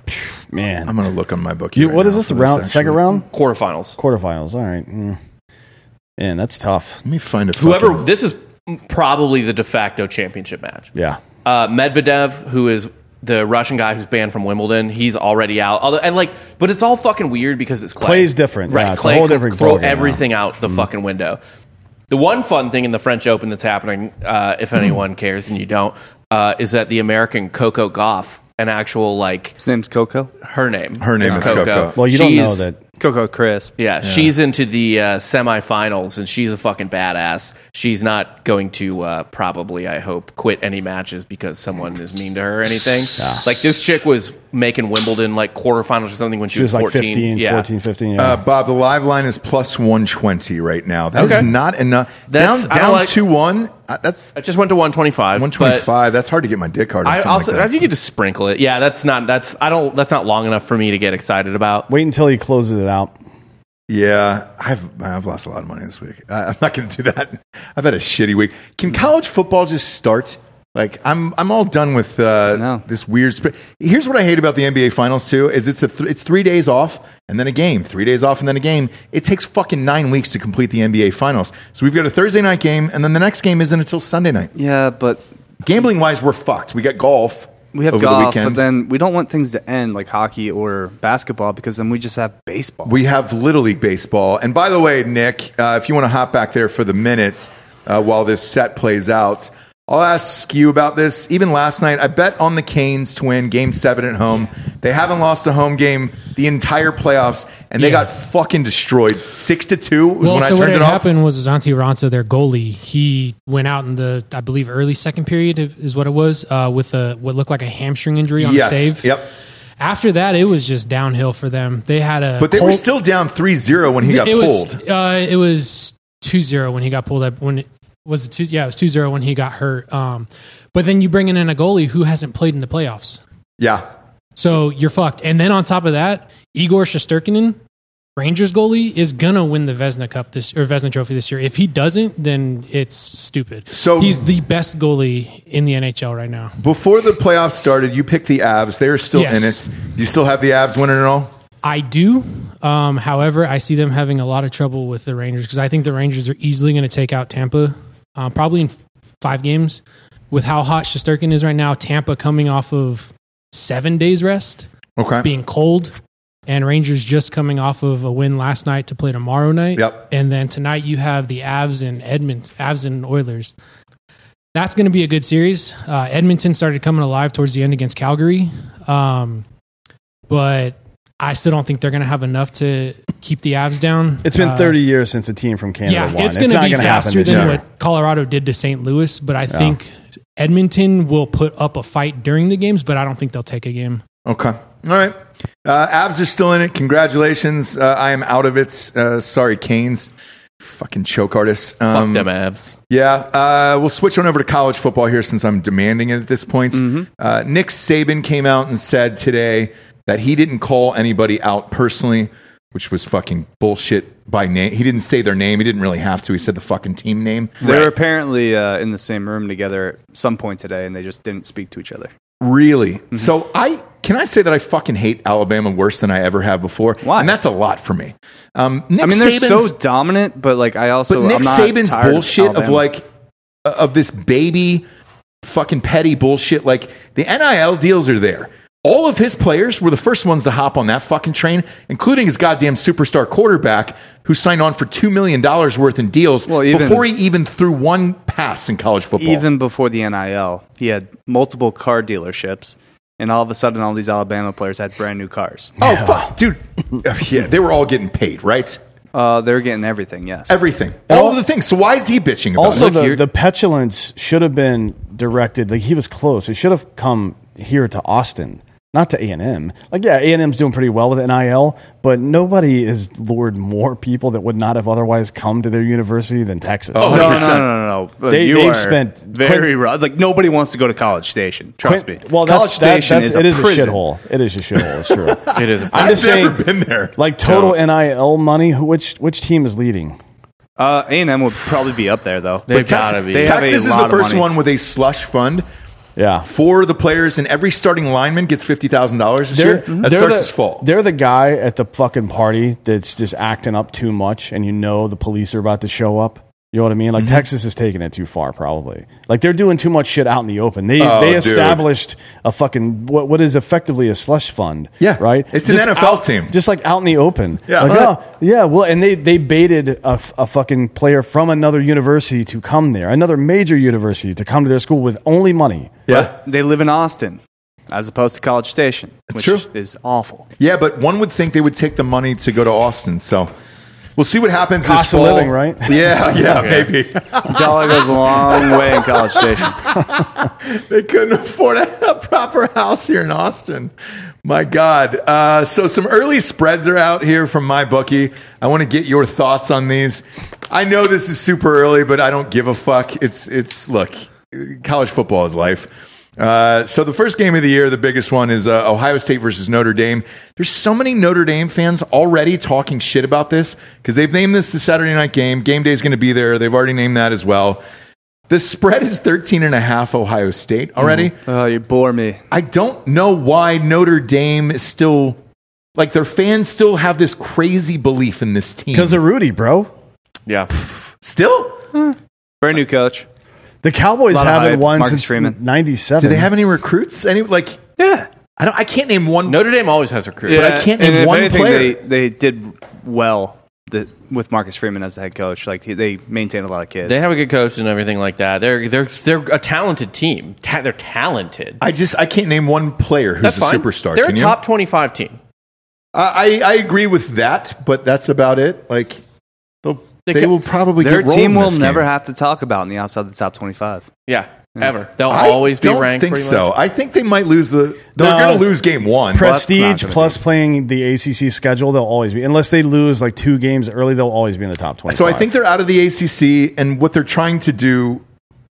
Speaker 4: Man,
Speaker 2: I'm going to look on my book.
Speaker 4: You,
Speaker 2: right
Speaker 4: what is
Speaker 2: now
Speaker 4: this? The
Speaker 2: for
Speaker 4: round,
Speaker 2: actually.
Speaker 4: second round,
Speaker 5: quarterfinals.
Speaker 4: quarterfinals. All right, mm. man, that's tough.
Speaker 2: Let me find a
Speaker 5: Whoever
Speaker 2: fucking-
Speaker 5: this is probably the de facto championship match.
Speaker 4: Yeah,
Speaker 5: uh, Medvedev, who is the Russian guy who's banned from Wimbledon, he's already out. Although, and like, but it's all fucking weird because it's Clay.
Speaker 4: Clay's different.
Speaker 5: right?
Speaker 4: Yeah, it's a
Speaker 5: Clay
Speaker 4: whole
Speaker 5: can
Speaker 4: different
Speaker 5: throw
Speaker 4: ballgame now. Mm-hmm.
Speaker 5: everything out the fucking window. The one fun thing in the French Open that's happening, uh, if anyone cares and you don't, uh, is that the American Coco Goff, an actual like
Speaker 3: His name's Coco.
Speaker 5: her name,
Speaker 2: Her name is Coco.
Speaker 4: Well, you don't know
Speaker 5: She's-
Speaker 4: that.
Speaker 3: Coco Crisp.
Speaker 5: yeah, she's into the uh, semifinals, and she's a fucking badass. She's not going to uh, probably, I hope, quit any matches because someone is mean to her or anything. Like this chick was making Wimbledon like quarterfinals or something when she,
Speaker 4: She was like
Speaker 5: 14.
Speaker 4: 15,
Speaker 5: yeah.
Speaker 4: 14, 15. Yeah.
Speaker 2: Uh, Bob, the live line is plus 120 right now. That is
Speaker 5: Okay.
Speaker 2: not enough.
Speaker 5: That's-
Speaker 2: down
Speaker 5: I don't
Speaker 2: down
Speaker 5: like-
Speaker 2: 2 1. Uh, that's
Speaker 5: I just went to 125. 125.
Speaker 2: 125. That's hard to get my dick hard. on
Speaker 5: I
Speaker 2: something
Speaker 5: also
Speaker 2: like
Speaker 5: I
Speaker 2: that.
Speaker 5: think you just sprinkle it. Yeah, that's not that's I don't that's not long enough for me to get excited about.
Speaker 4: Wait until he closes it out.
Speaker 2: yeah, I've, I've lost a lot of money this week. I, I'm not going to do that. I've had a shitty week. Can college football just start? Like I'm, I'm all done with uh,
Speaker 3: know.
Speaker 2: this weird. Sp- Here's what I hate about the NBA Finals too: is it's a th- it's three days off and then a game, three days off and then a game. It takes fucking nine weeks to complete the NBA Finals. So we've got a Thursday night game, and then the next game isn't until Sunday night.
Speaker 3: Yeah, but
Speaker 2: gambling wise, we're fucked. We got golf.
Speaker 3: we have
Speaker 2: over the
Speaker 3: golf, but
Speaker 2: weekend.
Speaker 3: then we don't want things to end like hockey or basketball because then we just have baseball.
Speaker 2: we have Little League baseball. And by the way, Nick, uh, if you want to hop back there for the minutes uh, while this set plays out, I'll ask you about this. Even last night, I bet on the Canes to win Game Seven at home. They haven't lost a home game the entire playoffs, and they
Speaker 6: Yeah.
Speaker 2: got fucking destroyed. Six to two was
Speaker 6: Well,
Speaker 2: when I
Speaker 6: so
Speaker 2: turned
Speaker 6: what
Speaker 2: it
Speaker 6: had
Speaker 2: off.
Speaker 6: happened was Zanti Ronsa, their goalie, he went out in the I believe early second period is what it was uh, with a what looked like a hamstring injury on
Speaker 2: yes.
Speaker 6: a save.
Speaker 2: Yep.
Speaker 6: After that, it was just downhill for them. They had a
Speaker 2: But they were
Speaker 6: cold-
Speaker 2: still down 3-0 when he got
Speaker 6: it
Speaker 2: pulled.
Speaker 6: Was, uh, it was 2-0 when he got pulled up. When it, was it two? Yeah, it was 2-0 when he got hurt. Um, but then you bring in a goalie who hasn't played in the playoffs,
Speaker 2: yeah.
Speaker 6: so you're fucked. And then on top of that, Igor Shosturkinen, Rangers goalie, is gonna win the Vesna Cup this or Vesna Trophy this year. If he doesn't, then it's stupid.
Speaker 2: So-
Speaker 6: he's the best goalie in the NHL right now.
Speaker 2: Before the playoffs started, you picked the Avs. They are still
Speaker 6: Yes.
Speaker 2: in it. You still have the Avs winning it all.
Speaker 6: I do. Um, however, I see them having a lot of trouble with the Rangers because I think the Rangers are easily going to take out Tampa, uh, probably in f- five games. With how hot Shosturkin is right now, Tampa coming off of seven days rest,
Speaker 2: Okay.
Speaker 6: being cold, and Rangers just coming off of a win last night to play tomorrow night.
Speaker 2: Yep.
Speaker 6: And then tonight you have the Avs and Edmonton, Avs and Oilers. That's going to be a good series. Uh, Edmonton started coming alive towards the end against Calgary, um, but I still don't think they're going to have enough to keep the Avs down.
Speaker 4: It's been
Speaker 6: Uh,
Speaker 4: 30 years since a team from Canada
Speaker 6: yeah,
Speaker 4: won.
Speaker 6: it's going to
Speaker 4: not
Speaker 6: be
Speaker 4: gonna happen
Speaker 6: faster
Speaker 4: this
Speaker 6: than
Speaker 4: year.
Speaker 6: what Colorado did to St. Louis, but I think Edmonton will put up a fight during the games, but I don't think they'll take a game.
Speaker 2: Okay. All right. Uh, Avs are still in it. Congratulations. Uh, I am out of it. Uh, sorry, Canes. Fucking choke artists. Um,
Speaker 5: Fuck them Avs.
Speaker 2: Yeah. Uh, we'll switch on over to college football here since I'm demanding it at this point.
Speaker 6: Mm-hmm.
Speaker 2: Uh, Nick Saban came out and said today that he didn't call anybody out personally, which was fucking bullshit by name. He didn't say their name. He didn't really have to. He said the fucking team name.
Speaker 3: They were apparently uh, in the same room together at some point today, and they just didn't speak to each other.
Speaker 2: Really?
Speaker 3: Mm-hmm.
Speaker 2: So I can I say that I fucking hate Alabama worse than I ever have before.
Speaker 3: Why?
Speaker 2: And that's a lot for me. Um, Nick
Speaker 3: I mean, they're
Speaker 2: Saban's,
Speaker 3: so dominant, but like I also
Speaker 2: but Nick
Speaker 3: I'm not
Speaker 2: Saban's
Speaker 3: tired of
Speaker 2: bullshit of
Speaker 3: Alabama.
Speaker 2: like uh, of this baby fucking petty bullshit. Like the NIL deals are there. All of his players were the first ones to hop on that fucking train, including his goddamn superstar quarterback who signed on for two million dollars worth in deals
Speaker 3: Well, even-
Speaker 2: before he even threw one pass in college football.
Speaker 3: even before the NIL, he had multiple car dealerships, and all of a sudden, all these Alabama players had brand new cars.
Speaker 2: oh fuck, dude! yeah, they were all getting paid, right?
Speaker 3: Uh, they're getting everything. Yes,
Speaker 2: Everything. all of the things. So why is he bitching about
Speaker 4: Also,
Speaker 2: it?
Speaker 4: the, the petulance should have been directed. Like he was close. It should have come here to Austin, not to A and M. Like yeah, A and M's doing pretty well with NIL, but nobody has lured more people that would not have otherwise come to their university than Texas.
Speaker 6: Oh,
Speaker 3: No, no, no,
Speaker 2: 100%.
Speaker 3: no, no, no. But
Speaker 4: They-
Speaker 3: you
Speaker 4: they've
Speaker 3: are
Speaker 4: spent-
Speaker 3: very rough. Like nobody wants to go to College Station. Trust me.
Speaker 4: Well, that's,
Speaker 3: College
Speaker 4: that,
Speaker 3: Station
Speaker 4: that's
Speaker 3: is
Speaker 4: it
Speaker 3: a
Speaker 4: is a
Speaker 3: prison.
Speaker 4: shithole. It is a shithole. It's true.
Speaker 5: It is.
Speaker 4: I'm
Speaker 2: I've
Speaker 4: just saying,
Speaker 2: never been there.
Speaker 4: like total NIL money. Who, which which team is leading?
Speaker 3: Uh, A&M would probably be up there though.
Speaker 5: They've
Speaker 2: But Texas,
Speaker 5: gotta be.
Speaker 3: They have a
Speaker 2: Texas is
Speaker 3: lot
Speaker 2: the
Speaker 3: of
Speaker 2: first
Speaker 3: money.
Speaker 2: one with a slush fund
Speaker 4: Yeah,
Speaker 2: for the players, and every starting lineman gets fifty thousand dollars this year. Mm-hmm. That starts
Speaker 4: the,
Speaker 2: his fault.
Speaker 4: They're the guy at the fucking party that's just acting up too much, and you know the police are about to show up. You know what I mean?
Speaker 2: Mm-hmm.
Speaker 4: Like Texas is taking it too far, probably. Like they're doing too much shit out in the open. They
Speaker 2: Oh,
Speaker 4: they
Speaker 2: dude.
Speaker 4: established a fucking what what is effectively a slush fund.
Speaker 2: Yeah.
Speaker 4: right.
Speaker 2: It's an NFL
Speaker 4: out-
Speaker 2: team.
Speaker 4: just like out in the open.
Speaker 2: Yeah.
Speaker 4: Like,
Speaker 2: But-
Speaker 4: oh, yeah. Well, and they they baited a, f- a fucking player from another university to come there, another major university to come to their school with only money.
Speaker 2: yeah,
Speaker 3: They live in Austin, as opposed to College Station,
Speaker 2: That's
Speaker 3: which
Speaker 2: true.
Speaker 3: is awful.
Speaker 2: yeah, but one would think they would take the money to go to Austin. So we'll see what happens.
Speaker 4: Cost
Speaker 2: this
Speaker 4: of
Speaker 2: fall.
Speaker 4: living, right?
Speaker 2: Yeah, yeah, maybe
Speaker 3: Dollar goes a long way in College Station.
Speaker 2: they couldn't afford a proper house here in Austin. My God. Uh, so some early spreads are out here from my bookie. I want to get your thoughts on these. I know this is super early, but I don't give a fuck. It's it's look, college football is life. Uh, so the first game of the year, the biggest one is uh, Ohio State versus Notre Dame. There's so many Notre Dame fans already talking shit about this because they've named this the Saturday night game. Game day is going to be there. They've already named that as well. The spread is 13 and a half Ohio State already.
Speaker 5: Mm-hmm.
Speaker 3: Oh, you bore me.
Speaker 2: I don't know why Notre Dame is still like their fans still have this crazy belief in this team.
Speaker 4: Because of Rudy, bro.
Speaker 5: Yeah.
Speaker 2: still,
Speaker 3: Brand new coach.
Speaker 4: The Cowboys
Speaker 3: Lot of
Speaker 4: haven't
Speaker 3: hype.
Speaker 4: won
Speaker 3: Marcus
Speaker 4: since
Speaker 3: Freeman.
Speaker 4: '97.
Speaker 2: do
Speaker 5: Mm-hmm.
Speaker 2: they have any recruits? Any like
Speaker 3: Yeah.
Speaker 2: I don't I can't name one
Speaker 5: Notre Dame always has recruits.
Speaker 2: I can't name
Speaker 3: and if
Speaker 2: one
Speaker 3: anything,
Speaker 2: player.
Speaker 3: They, they did well the, with Marcus Freeman as the head coach. Like he, they maintain a lot of kids.
Speaker 5: They have a good coach and everything like that. They're they're they're a talented team. Ta- they're talented.
Speaker 2: I just I can't name one player who's
Speaker 5: That's
Speaker 2: a
Speaker 5: fine.
Speaker 2: superstar.
Speaker 5: They're
Speaker 2: can
Speaker 5: a
Speaker 2: you?
Speaker 5: top twenty five team.
Speaker 2: I, I I agree with that, but that's about it. Like they'll, they,
Speaker 5: They ca-
Speaker 2: will probably
Speaker 3: Their
Speaker 2: get rolled
Speaker 3: team
Speaker 2: in
Speaker 3: will
Speaker 2: this
Speaker 3: never
Speaker 2: game.
Speaker 3: have to talk about in the outside the top twenty-five.
Speaker 5: Yeah, ever. They'll
Speaker 2: Hmm. I
Speaker 5: always be
Speaker 2: don't
Speaker 5: ranked.
Speaker 2: Think
Speaker 5: pretty
Speaker 2: so.
Speaker 5: much.
Speaker 2: I think they might lose the. They're
Speaker 4: No.
Speaker 2: going to lose game one.
Speaker 4: Prestige
Speaker 3: gonna
Speaker 4: plus playing the ACC schedule, they'll always be unless they lose like two games early. They'll always be in the top twenty.
Speaker 2: So I think they're out of the ACC, and what they're trying to do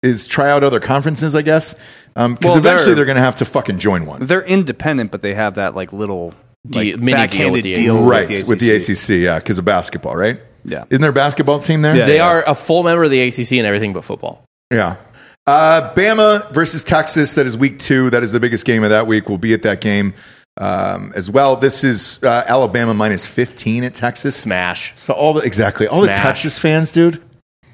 Speaker 2: is try out other conferences, I guess. Because
Speaker 3: Well,
Speaker 2: eventually
Speaker 3: they're-
Speaker 2: they're going to have to fucking join one.
Speaker 3: They're independent, but they have that like little
Speaker 5: De-
Speaker 3: like,
Speaker 5: mini deal
Speaker 3: backhanded
Speaker 5: with the
Speaker 3: deals
Speaker 5: ACC.
Speaker 2: Right, with the ACC, yeah, because of basketball, right?
Speaker 3: Yeah.
Speaker 2: Isn't there a basketball team there?
Speaker 3: Yeah.
Speaker 5: They are a full member of the ACC and everything but football.
Speaker 2: Yeah. Uh, Bama versus Texas. That is week two. That is the biggest game of that week. We'll be at that game um, as well. This is uh, Alabama minus 15 at Texas.
Speaker 5: Smash.
Speaker 2: So all the exactly all
Speaker 5: Smash.
Speaker 2: the Texas fans, dude.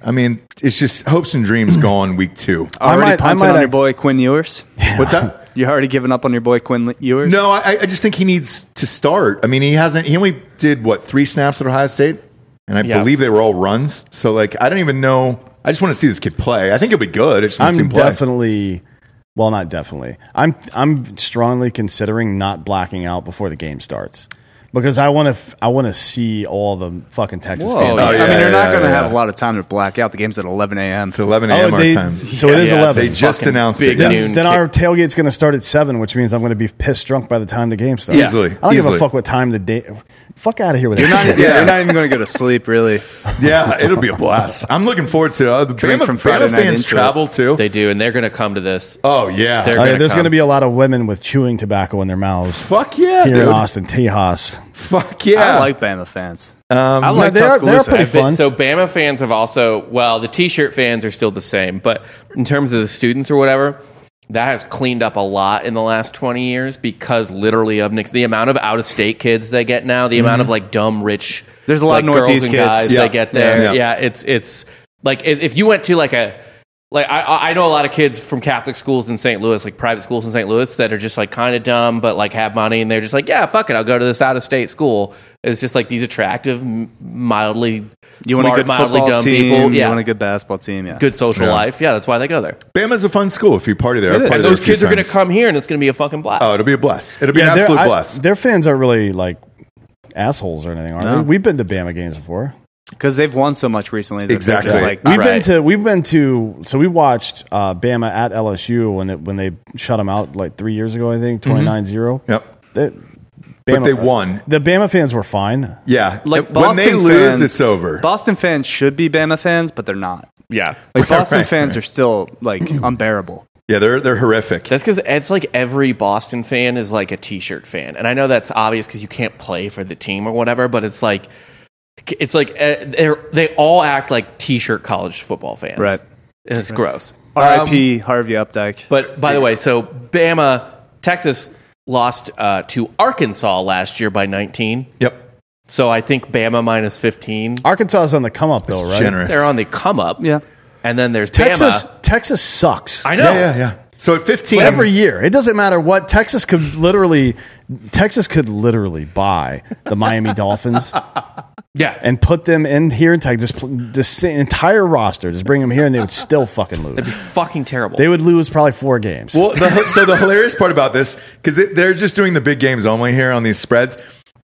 Speaker 2: I mean, it's just hopes and dreams gone week two.
Speaker 4: I
Speaker 3: Already
Speaker 4: might- I
Speaker 3: punted
Speaker 4: might
Speaker 3: on
Speaker 4: have-
Speaker 3: your boy Quinn Ewers.
Speaker 2: What's that?
Speaker 3: You already given up on your boy Quinn Ewers?
Speaker 2: No, I, I just think he needs to start. I mean, he hasn't. He only did what three snaps at Ohio State, and I
Speaker 5: Yeah.
Speaker 2: believe they were all runs. So like, I don't even know. I just want to see this kid play. I think he'll be good. I just want to see
Speaker 4: I'm
Speaker 2: him play.
Speaker 4: definitely. Well, not definitely. I'm I'm strongly considering not blacking out before the game starts because I want to f- I want to see all the fucking Texas fans.
Speaker 5: Oh,
Speaker 3: I
Speaker 5: yeah,
Speaker 3: mean, you're not
Speaker 2: yeah,
Speaker 3: going to
Speaker 2: yeah.
Speaker 3: have a lot of time to black out. The game's at 11 a.m.
Speaker 2: It's 11 a.m.
Speaker 4: Oh,
Speaker 2: our
Speaker 4: they-
Speaker 2: time.
Speaker 4: so it is
Speaker 2: Yeah,
Speaker 4: 11.
Speaker 2: They just
Speaker 5: Fucking
Speaker 2: announced
Speaker 5: big
Speaker 2: it.
Speaker 5: news.
Speaker 2: Yes.
Speaker 5: noon
Speaker 4: then
Speaker 5: kick.
Speaker 4: our tailgate's going to start at seven, which means I'm going to be pissed drunk by the time the game starts.
Speaker 2: Easily,
Speaker 4: I don't give
Speaker 2: easily.
Speaker 4: a fuck what time the day. Fuck out of here with that.
Speaker 3: Not-
Speaker 4: shit.
Speaker 3: yeah, you're not even going to go to sleep, really.
Speaker 2: Yeah, it'll be a blast. I'm looking forward to it. Uh, the
Speaker 3: Drink
Speaker 2: Bama,
Speaker 3: from Friday
Speaker 2: Bama
Speaker 3: night
Speaker 2: fans
Speaker 3: intro.
Speaker 2: travel too.
Speaker 5: They do, and they're going to come to this.
Speaker 2: oh yeah,
Speaker 5: They're
Speaker 4: Oh, yeah,
Speaker 5: gonna
Speaker 4: there's
Speaker 5: come.
Speaker 4: going to be a lot of women with chewing tobacco in their mouths
Speaker 2: fuck yeah,
Speaker 4: here
Speaker 2: dude.
Speaker 4: in Austin, Tejas.
Speaker 2: Fuck yeah.
Speaker 3: I like Bama fans.
Speaker 2: Um,
Speaker 3: I like
Speaker 4: no, they are-
Speaker 3: Tuscaloosa.
Speaker 4: they are pretty
Speaker 5: But-
Speaker 4: fun.
Speaker 5: so Bama fans have also well, the T-shirt fans are still the same, but in terms of the students or whatever, that has cleaned up a lot in the last twenty years because literally of Nick's the amount of out-of-state kids they get now, the
Speaker 2: Mm-hmm.
Speaker 5: amount of like dumb rich.
Speaker 3: There's a lot
Speaker 5: like,
Speaker 3: of
Speaker 5: girls
Speaker 3: Northeast
Speaker 5: and
Speaker 3: kids.
Speaker 5: guys
Speaker 2: Yeah.
Speaker 5: they get there.
Speaker 2: Yeah.
Speaker 5: Yeah, it's it's like if if you went to like a like I- I, I know a lot of kids from Catholic schools in St. Louis, like private schools in St. Louis, that are just like kind of dumb, but like have money, and they're just like, yeah, fuck it, I'll go to this out of state school. It's just like these attractive, m- mildly
Speaker 3: You want
Speaker 5: smart,
Speaker 3: a good
Speaker 5: mildly
Speaker 3: football
Speaker 5: dumb
Speaker 3: team.
Speaker 5: people,
Speaker 3: You
Speaker 5: yeah,
Speaker 3: want a good basketball team. Yeah.
Speaker 5: good social life, yeah, that's why they go there.
Speaker 2: Bama's a fun school if you party there. I've
Speaker 3: is.
Speaker 2: partied
Speaker 5: And
Speaker 2: there
Speaker 5: those
Speaker 2: a few
Speaker 5: kids are going to
Speaker 2: times.
Speaker 5: come here, and it's going to be a fucking blast.
Speaker 2: Oh, it'll be a blast. It'll be an
Speaker 4: they're-
Speaker 2: absolute
Speaker 4: I-
Speaker 2: blast.
Speaker 4: Their fans aren't really like assholes or anything, are
Speaker 3: No.
Speaker 4: they? We've been to Bama games before.
Speaker 3: Because they've won so much recently. That
Speaker 2: Exactly.
Speaker 3: They're just like,
Speaker 4: We've
Speaker 5: All
Speaker 4: been
Speaker 5: right.
Speaker 4: to we've been to so we watched uh, Bama at LSU when it, when they shut them out like three years ago, I think 29 0
Speaker 2: Mm-hmm. Yep.
Speaker 4: That-
Speaker 2: But
Speaker 4: Bama-
Speaker 2: they won.
Speaker 4: The Bama fans were fine.
Speaker 2: Yeah.
Speaker 3: like
Speaker 2: when they
Speaker 3: Boston
Speaker 2: lose,
Speaker 3: fans-
Speaker 2: it's over.
Speaker 3: Boston fans should be Bama fans, but they're not.
Speaker 5: yeah,
Speaker 3: Like Boston
Speaker 2: Right,
Speaker 3: fans are still like unbearable.
Speaker 2: yeah, they're they're horrific.
Speaker 5: That's because it's like every Boston fan is like a T-shirt fan, and I know that's obvious because you can't play for the team or whatever. But it's like, it's like eh, they're they all act like T-shirt college football fans,
Speaker 3: Right.
Speaker 5: And it's gross.
Speaker 2: Um,
Speaker 3: R.I.P. Harvey Updike.
Speaker 5: But by the way, so Bama, Texas lost uh, to Arkansas last year by 19.
Speaker 2: yep.
Speaker 5: So I think Bama minus 15.
Speaker 4: Arkansas is on the come up though, right?
Speaker 2: Generous.
Speaker 5: They're on the come up.
Speaker 3: Yeah.
Speaker 5: And then there's
Speaker 4: Texas
Speaker 5: Bama.
Speaker 4: Texas sucks.
Speaker 5: I know.
Speaker 2: Yeah, yeah, yeah. So at 15,
Speaker 4: Every year, it doesn't matter what Texas could literally, Texas could literally buy the Miami Dolphins
Speaker 5: Yeah.
Speaker 4: and put them in here in Texas. Just pl- This entire roster, just bring them here, and they would still fucking lose.
Speaker 5: Fucking terrible.
Speaker 4: They would lose probably four games.
Speaker 2: Well, the, so the hilarious part about this because they're just doing the big games only here on these spreads.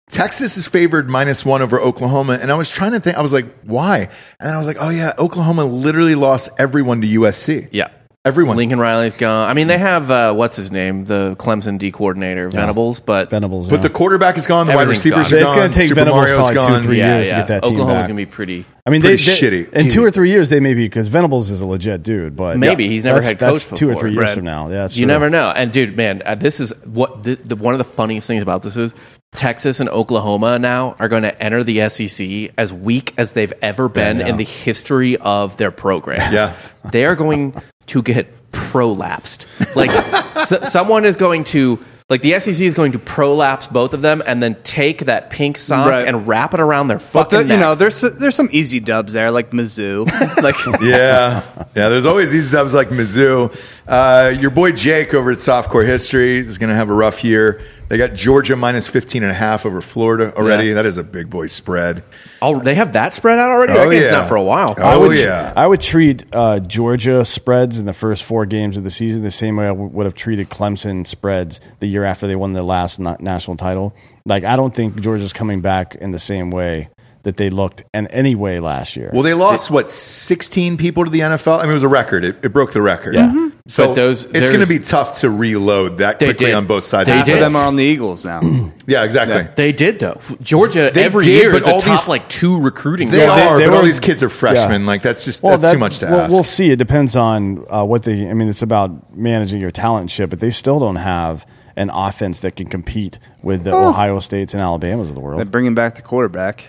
Speaker 2: Texas is favored minus one over Oklahoma, and I was trying to think. I was like, why? And I was like, oh yeah, Oklahoma literally lost everyone to USC.
Speaker 5: yeah.
Speaker 2: everyone.
Speaker 5: Lincoln Riley's gone. I mean, they have, uh, what's his name? The Clemson D coordinator, Venables, but
Speaker 4: Venables,
Speaker 2: But the quarterback is gone. The wide
Speaker 5: Everything's
Speaker 2: receivers
Speaker 5: gone.
Speaker 2: are
Speaker 4: It's
Speaker 2: gone.
Speaker 4: gonna take
Speaker 2: Super
Speaker 4: Venables
Speaker 2: Mario's
Speaker 4: probably two or
Speaker 2: gone.
Speaker 4: three
Speaker 5: yeah,
Speaker 4: years to
Speaker 5: yeah.
Speaker 4: get that team
Speaker 5: Oklahoma's
Speaker 4: back.
Speaker 5: going to be pretty.
Speaker 4: I mean, they,
Speaker 2: pretty shitty.
Speaker 4: they, in two or three years they may be because Venables is a legit dude, but
Speaker 5: Maybe. He's never
Speaker 4: that's,
Speaker 5: had
Speaker 4: that's
Speaker 5: coached
Speaker 4: two or
Speaker 5: before,
Speaker 4: three years
Speaker 5: Brad.
Speaker 4: from now. Yeah, that's
Speaker 5: You
Speaker 4: true.
Speaker 5: never know. And dude, man, uh, this is what the, the one of the funniest things about this is Texas and Oklahoma now are going to enter the SEC as weak as they've ever been in the history of their program.
Speaker 2: Yeah.
Speaker 5: they are going to get prolapsed. Like s- someone is going to. Like the SEC is going to prolapse both of them and then take that pink sock
Speaker 3: Right.
Speaker 5: and wrap it around their
Speaker 3: But
Speaker 5: fucking
Speaker 3: the- you know,
Speaker 5: necks.
Speaker 3: there's there's some easy dubs there, like Mizzou. like
Speaker 2: yeah, yeah. There's always these dubs like Mizzou. Uh, your boy Jake over at Softcore History is going to have a rough year. They got Georgia minus 15 and a half over Florida already.
Speaker 5: Yeah.
Speaker 2: That is a big boy spread.
Speaker 5: Oh, they have that spread out already. that game's not for a while.
Speaker 2: Oh,
Speaker 4: I would,
Speaker 2: yeah.
Speaker 4: I would treat uh, Georgia spreads in the first four games of the season the same way I w- would have treated Clemson spreads the year after they won their last na- national title. Like, I don't think Georgia's coming back in the same way that they looked in any way last year.
Speaker 2: Well, they lost what 16 people to the NFL. I mean, it was a record. It, it broke the record.
Speaker 4: Yeah. Mhm.
Speaker 2: So
Speaker 5: But those-
Speaker 2: it's going to
Speaker 5: there's-
Speaker 2: be tough to reload that
Speaker 5: Mm-hmm. They
Speaker 2: quickly
Speaker 5: did.
Speaker 2: on both sides.
Speaker 5: They
Speaker 2: of the
Speaker 3: Half
Speaker 5: did.
Speaker 3: of
Speaker 2: ball.
Speaker 3: them are on the Eagles now.
Speaker 2: Yeah, exactly.
Speaker 5: They did though. Georgia
Speaker 2: They
Speaker 5: every
Speaker 2: did,
Speaker 5: year
Speaker 2: but
Speaker 5: is a
Speaker 2: all
Speaker 5: top
Speaker 2: these-
Speaker 5: like two recruiting.
Speaker 2: They,
Speaker 5: class.
Speaker 2: are,
Speaker 4: they
Speaker 2: but all
Speaker 4: were-
Speaker 2: these kids are freshmen. Like that's just that's
Speaker 4: that-
Speaker 2: too much to
Speaker 4: we'll,
Speaker 2: ask.
Speaker 4: We'll see. It depends on uh, what they. I mean, it's about managing your talent and shit, but they still don't have an offense that can compete with the Ohio States and Alabamas of the
Speaker 3: They're
Speaker 4: world.
Speaker 3: bringing back the quarterback.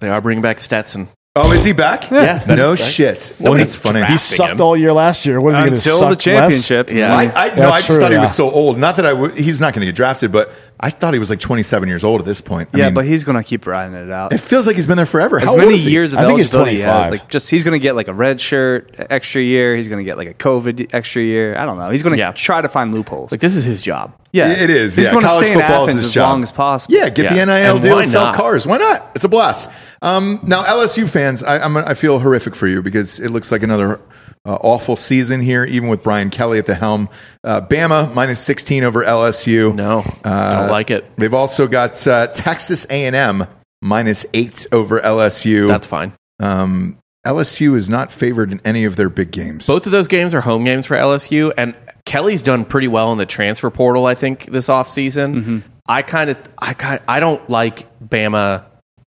Speaker 5: They are bringing back Stetson.
Speaker 2: Oh, is he back?
Speaker 5: Yeah, that
Speaker 2: no
Speaker 5: is back.
Speaker 2: shit.
Speaker 5: Nobody's
Speaker 2: that's funny.
Speaker 5: drafting
Speaker 4: He sucked
Speaker 5: him.
Speaker 4: all year last year. Was he going to
Speaker 3: Until
Speaker 4: suck
Speaker 3: the championship.
Speaker 4: Less?
Speaker 5: Yeah.
Speaker 2: I, I, no,
Speaker 4: That's
Speaker 2: I just
Speaker 4: true,
Speaker 2: thought he
Speaker 4: yeah.
Speaker 2: was so old. Not that I would. He's not going to get drafted, but I thought he was like 27 years old at this point. I
Speaker 3: yeah,
Speaker 2: mean,
Speaker 3: but he's going to keep riding it out.
Speaker 2: it feels like he's been there forever.
Speaker 3: as
Speaker 2: How old
Speaker 3: many
Speaker 2: is he?
Speaker 3: years of
Speaker 4: I think he's
Speaker 3: eligibility, yeah,
Speaker 4: 25.
Speaker 3: like just he's going to get like a red shirt extra year. He's going to get like a COVID extra year. I don't know. He's going to
Speaker 5: Yeah.
Speaker 3: try to find loopholes.
Speaker 5: Like this is his job.
Speaker 3: yeah,
Speaker 2: It is.
Speaker 3: He's
Speaker 2: yeah.
Speaker 3: going to
Speaker 2: College
Speaker 3: stay in
Speaker 2: football is
Speaker 3: Athens
Speaker 2: his
Speaker 3: as
Speaker 2: job.
Speaker 3: long as possible.
Speaker 2: Yeah, get
Speaker 5: Yeah.
Speaker 2: the NIL
Speaker 5: And
Speaker 2: deal
Speaker 5: why
Speaker 2: and sell
Speaker 5: not?
Speaker 2: cars. Why not? It's a blast. Um, now, LSU fans, I, I'm, I feel horrific for you because it looks like another uh, awful season here, even with Brian Kelly at the helm. Uh, Bama minus 16 over LSU.
Speaker 5: No, don't like it.
Speaker 2: Uh, They've also got uh, Texas A&M minus eight over LSU.
Speaker 5: That's fine.
Speaker 2: um, LSU is not favored in any of their big games.
Speaker 5: Both of those games are home games for LSU, and Kelly's done pretty well in the transfer portal. I think this offseason.
Speaker 3: Mm-hmm.
Speaker 5: I kind of, I kind, I don't like Bama.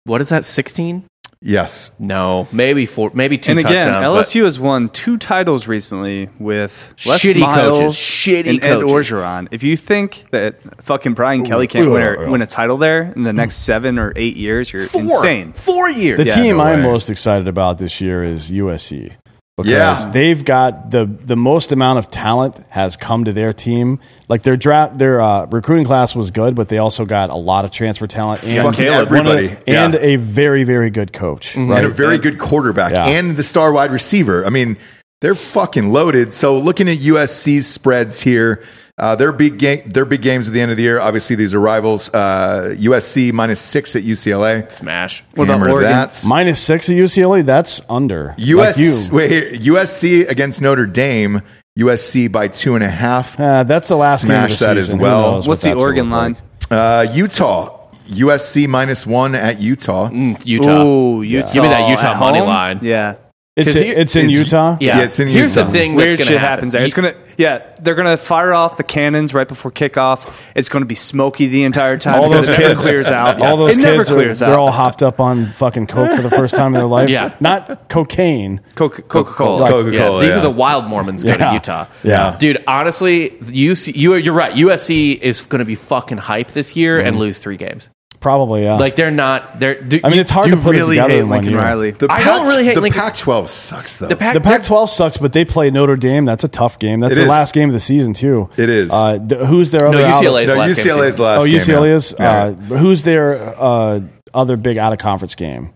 Speaker 5: What is that? Sixteen?
Speaker 2: Yes.
Speaker 5: No, maybe four, maybe two.
Speaker 3: And again,
Speaker 5: touchdowns, but-
Speaker 3: LSU has won two titles recently with Les
Speaker 5: Shitty
Speaker 3: Miles
Speaker 5: coaches. Shitty
Speaker 3: and Ed
Speaker 5: coaches.
Speaker 3: Orgeron. If you think that fucking Brian Kelly can't win, a, win a title there in the
Speaker 4: Mm.
Speaker 3: next seven or eight years, you're
Speaker 5: four,
Speaker 3: insane.
Speaker 5: Four years.
Speaker 4: The team
Speaker 2: no
Speaker 4: I'm
Speaker 2: way.
Speaker 4: most excited about this year is USC because
Speaker 2: Yeah.
Speaker 4: they've got the the most amount of talent has come to their team. Like their draft, their uh, recruiting class was good, but they also got a lot of transfer talent and
Speaker 2: Fucking
Speaker 4: one of the-
Speaker 2: everybody. Yeah. Mm-hmm.
Speaker 4: and a very very good coach. Right?
Speaker 2: and a very good quarterback
Speaker 4: Yeah.
Speaker 2: and the star wide receiver. I mean, they're fucking loaded. So looking at USC's spreads here, uh, their big game, their big games at the end of the year. Obviously, these are rivals. Uh, USC minus six at UCLA.
Speaker 5: Smash.
Speaker 3: What about
Speaker 2: Hammer
Speaker 3: Oregon?
Speaker 2: that.
Speaker 4: Minus six at UCLA. That's under. Like
Speaker 2: US,
Speaker 4: you.
Speaker 2: wait, here, USC against Notre Dame. USC by two and a half.
Speaker 4: Uh, that's the last game of
Speaker 2: Smash
Speaker 4: the
Speaker 2: that as
Speaker 4: season. Who
Speaker 2: well.
Speaker 4: knows what
Speaker 3: What's the
Speaker 4: that's gonna
Speaker 3: Oregon
Speaker 4: look like.
Speaker 3: line?
Speaker 2: Uh, Utah. USC minus one at Utah.
Speaker 4: Mm.
Speaker 5: Utah.
Speaker 3: Ooh, Utah.
Speaker 5: Give me that
Speaker 3: at
Speaker 5: Utah money
Speaker 3: home?
Speaker 5: line.
Speaker 3: Yeah.
Speaker 4: It's,
Speaker 5: 'Cause he-
Speaker 4: it's in
Speaker 2: is-
Speaker 4: Utah.
Speaker 5: Yeah.
Speaker 2: Yeah, it's in
Speaker 5: Here's
Speaker 2: Utah.
Speaker 5: the thing that's
Speaker 3: Weird
Speaker 5: going
Speaker 3: shit
Speaker 5: to happen.
Speaker 3: happens there. It's gonna, yeah, they're gonna fire off the cannons right before kickoff. It's gonna be smoky the entire time.
Speaker 4: All
Speaker 3: because
Speaker 4: those
Speaker 3: it never
Speaker 4: kids
Speaker 3: clears out.
Speaker 4: All those
Speaker 3: it
Speaker 4: kids
Speaker 3: never clears
Speaker 4: are,
Speaker 3: out.
Speaker 4: they're all hopped up on fucking coke for the first time in their life.
Speaker 5: Yeah.
Speaker 4: not cocaine.
Speaker 3: Coca Cola.
Speaker 5: Coca-Cola.
Speaker 2: Coca-Cola,
Speaker 5: Yeah, these
Speaker 2: yeah.
Speaker 5: are the wild Mormons go to
Speaker 4: Yeah.
Speaker 5: Utah.
Speaker 2: Yeah.
Speaker 5: dude. Honestly, UC, you you're right. USC is going to be fucking hype this year and lose three games.
Speaker 4: Probably yeah.
Speaker 5: Like they're not. They're. Do,
Speaker 4: Mm-hmm. I mean, it's hard
Speaker 3: You
Speaker 4: to put
Speaker 3: really
Speaker 4: it together
Speaker 3: hate
Speaker 4: in one
Speaker 3: Lincoln
Speaker 4: year.
Speaker 3: Riley.
Speaker 2: The
Speaker 5: I don't really hate
Speaker 2: the
Speaker 5: Lincoln-
Speaker 2: Pac-12 sucks though.
Speaker 5: The Pac-
Speaker 4: The Pac-12 sucks, but they play Notre Dame. That's a tough game. That's
Speaker 2: It
Speaker 4: the
Speaker 2: is.
Speaker 4: last game of the season too.
Speaker 2: It is.
Speaker 4: Uh, th- who's their other?
Speaker 5: no
Speaker 4: out-
Speaker 5: UCLA is
Speaker 2: no,
Speaker 5: last. game of the
Speaker 2: UCLA's
Speaker 5: season.
Speaker 2: last.
Speaker 4: Oh,
Speaker 2: game,
Speaker 4: UCLA
Speaker 2: yeah.
Speaker 4: is.
Speaker 2: Yeah.
Speaker 4: Uh, who's their uh, other big out of conference game?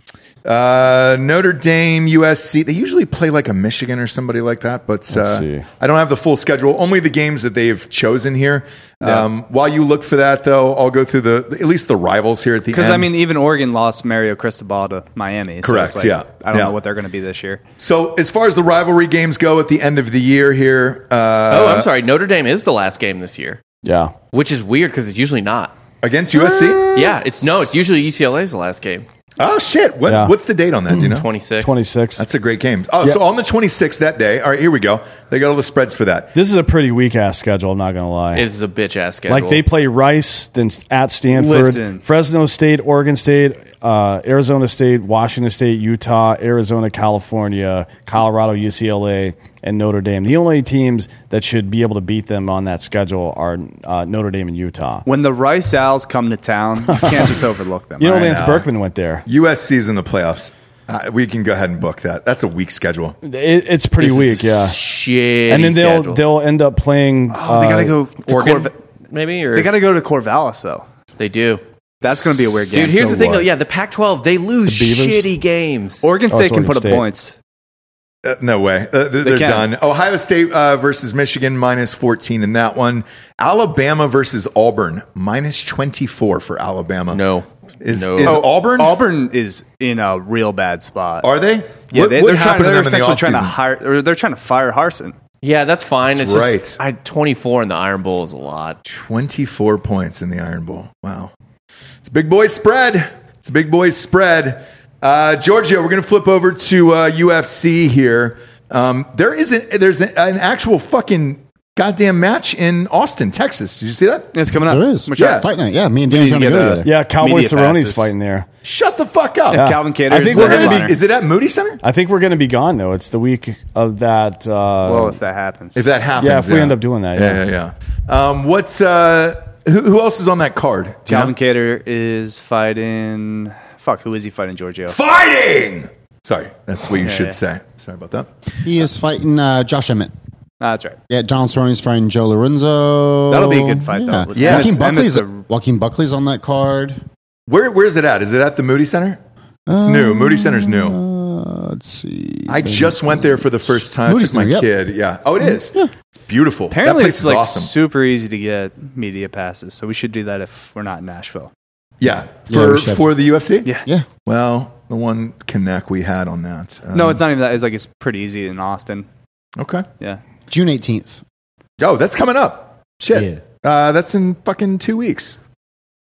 Speaker 2: Uh, Notre Dame, USC. They usually play like a Michigan or somebody like that, but uh,
Speaker 4: see.
Speaker 2: I don't have the full schedule. Only the games that they've chosen here. Um, while you look for that, though, I'll go through the at least the rivals here at the end.
Speaker 3: Because I mean, even Oregon lost Mario Cristobal to Miami. so
Speaker 2: Correct,
Speaker 3: it's like,
Speaker 2: yeah.
Speaker 3: I don't
Speaker 2: Yeah.
Speaker 3: know what they're going to be this year.
Speaker 2: so as far as the rivalry games go at the end of the year here, uh,
Speaker 5: Oh, I'm sorry. Notre Dame is the last game this year,
Speaker 4: Yeah.
Speaker 5: which is weird because it's usually not.
Speaker 2: against USC.
Speaker 5: Yeah, it's no. It's usually UCLA's the last game.
Speaker 2: Oh shit! What,
Speaker 4: Yeah.
Speaker 2: What's the date on that? Do you know?
Speaker 5: 26.
Speaker 4: 26.
Speaker 2: That's a great game. Oh, so on the 26th that day. All right, here we go. They got all the spreads for that.
Speaker 4: this is a pretty weak ass schedule. I'm not gonna lie.
Speaker 5: It's a bitch ass schedule.
Speaker 4: like they play Rice, then at Stanford,
Speaker 3: Listen.
Speaker 4: Fresno State, Oregon State, uh, Arizona State, Washington State, Utah, Arizona, California, Colorado, UCLA, and Notre Dame. The only teams that should be able to beat them on that schedule are uh, Notre Dame and Utah.
Speaker 3: When the Rice Owls come to town, you can't just overlook them.
Speaker 4: You know,
Speaker 3: all right?
Speaker 4: Lance Berkman went there.
Speaker 2: USC's in the playoffs. Uh, we can go ahead and book that. That's a weak schedule.
Speaker 4: It, it's pretty weak, yeah.
Speaker 5: Shit.
Speaker 4: And then they'll they'll end up playing. uh,
Speaker 3: Oh, they got to go. To
Speaker 5: Oregon,
Speaker 3: Corv-
Speaker 5: maybe or
Speaker 3: they got to go to Corvallis though.
Speaker 5: they do.
Speaker 3: That's going to be a weird game.
Speaker 5: Dude, here's
Speaker 2: so
Speaker 5: the thing
Speaker 2: what?
Speaker 5: though. Yeah, the Pac-12 they lose
Speaker 4: The Beavers?
Speaker 5: shitty games.
Speaker 3: Oregon
Speaker 4: Oh,
Speaker 3: State
Speaker 4: it's
Speaker 3: can
Speaker 4: Oregon
Speaker 3: put
Speaker 4: State.
Speaker 3: up points.
Speaker 2: Uh, no way. Uh, they're they're
Speaker 3: can.
Speaker 2: done. Ohio State uh, versus Michigan minus 14 in that one. Alabama versus Auburn minus 24 for Alabama.
Speaker 5: No.
Speaker 2: Is,
Speaker 5: No.
Speaker 2: is
Speaker 5: Oh,
Speaker 2: Auburn?
Speaker 3: Auburn is in a real bad spot.
Speaker 2: Are they?
Speaker 3: yeah,
Speaker 2: What-
Speaker 3: they,
Speaker 2: what
Speaker 3: are trying,
Speaker 2: happened to
Speaker 3: they're
Speaker 2: them in the
Speaker 3: essentially trying to
Speaker 2: offseason?
Speaker 3: hire, or they're trying to fire Harson.
Speaker 5: Yeah, that's fine.
Speaker 2: That's
Speaker 5: it's just
Speaker 2: right.
Speaker 5: I, 24 in the Iron Bowl is a lot.
Speaker 2: 24 points in the Iron Bowl. Wow. It's a big boy spread. It's a big boy spread. Uh, Giorgio, we're going to flip over to uh, UFC here. Um, there is an, there's an, an actual fucking goddamn match in Austin, Texas. Did you see that?
Speaker 3: It's coming up.
Speaker 7: There is.
Speaker 3: Which I-
Speaker 7: Yeah. Fight night. Yeah, me and Danny trying to
Speaker 3: get
Speaker 7: go
Speaker 3: a-
Speaker 7: together.
Speaker 4: Yeah, Cowboy
Speaker 3: Media
Speaker 4: Cerrone's
Speaker 3: passes.
Speaker 4: fighting there.
Speaker 2: Shut the fuck up.
Speaker 3: Calvin Kattar
Speaker 4: I
Speaker 3: is
Speaker 4: think
Speaker 3: the
Speaker 2: We're
Speaker 4: we're
Speaker 2: gonna be-
Speaker 3: headliner.
Speaker 2: is it at Moody Center?
Speaker 4: I think we're going to be gone though. It's the week of that. Uh,
Speaker 3: Well, if that happens.
Speaker 2: If that happens.
Speaker 4: Yeah, if we end up doing that,
Speaker 2: Yeah, yeah, yeah. Um, what's, uh, who, who else is on that card? Do you
Speaker 3: Calvin
Speaker 2: know?
Speaker 3: Cater is fighting. Fuck, who is he fighting, Giorgio?
Speaker 2: Fighting! Sorry, that's what you should
Speaker 3: yeah.
Speaker 2: say. Sorry about that.
Speaker 7: He is fighting uh, Josh Emmett.
Speaker 3: Ah, that's right.
Speaker 7: Yeah, John Cerrone's fighting Joe Lorenzo.
Speaker 3: That'll be a good fight,
Speaker 7: Oh, yeah.
Speaker 3: though.
Speaker 2: Yeah.
Speaker 7: Joaquin
Speaker 3: Emmett's-
Speaker 7: Buckley's
Speaker 3: Emmett's
Speaker 7: Joaquin Buckley's on that card.
Speaker 2: Where where's it at? Is it at the Moody Center? It's new.
Speaker 7: Um,
Speaker 2: Moody Center's new.
Speaker 7: Uh, let's see.
Speaker 2: I just went there for the first time.
Speaker 7: Moody
Speaker 2: Took my
Speaker 7: Center, yep.
Speaker 2: kid. Yeah. Oh, it is. It's beautiful.
Speaker 3: Apparently,
Speaker 2: that place
Speaker 3: it's
Speaker 2: is
Speaker 3: like
Speaker 2: awesome.
Speaker 3: super easy to get media passes, so we should do that if we're not in Nashville.
Speaker 2: yeah.
Speaker 7: Yeah,
Speaker 2: For
Speaker 7: we should.
Speaker 2: for the UFC.
Speaker 3: Yeah.
Speaker 7: Yeah.
Speaker 2: Well, the one connect we had on that. Um,
Speaker 3: No, it's not even that. It's like it's pretty easy in Austin.
Speaker 2: okay.
Speaker 3: Yeah,
Speaker 7: June 18th.
Speaker 2: Yo, that's coming up. Shit. Uh, that's in fucking two weeks.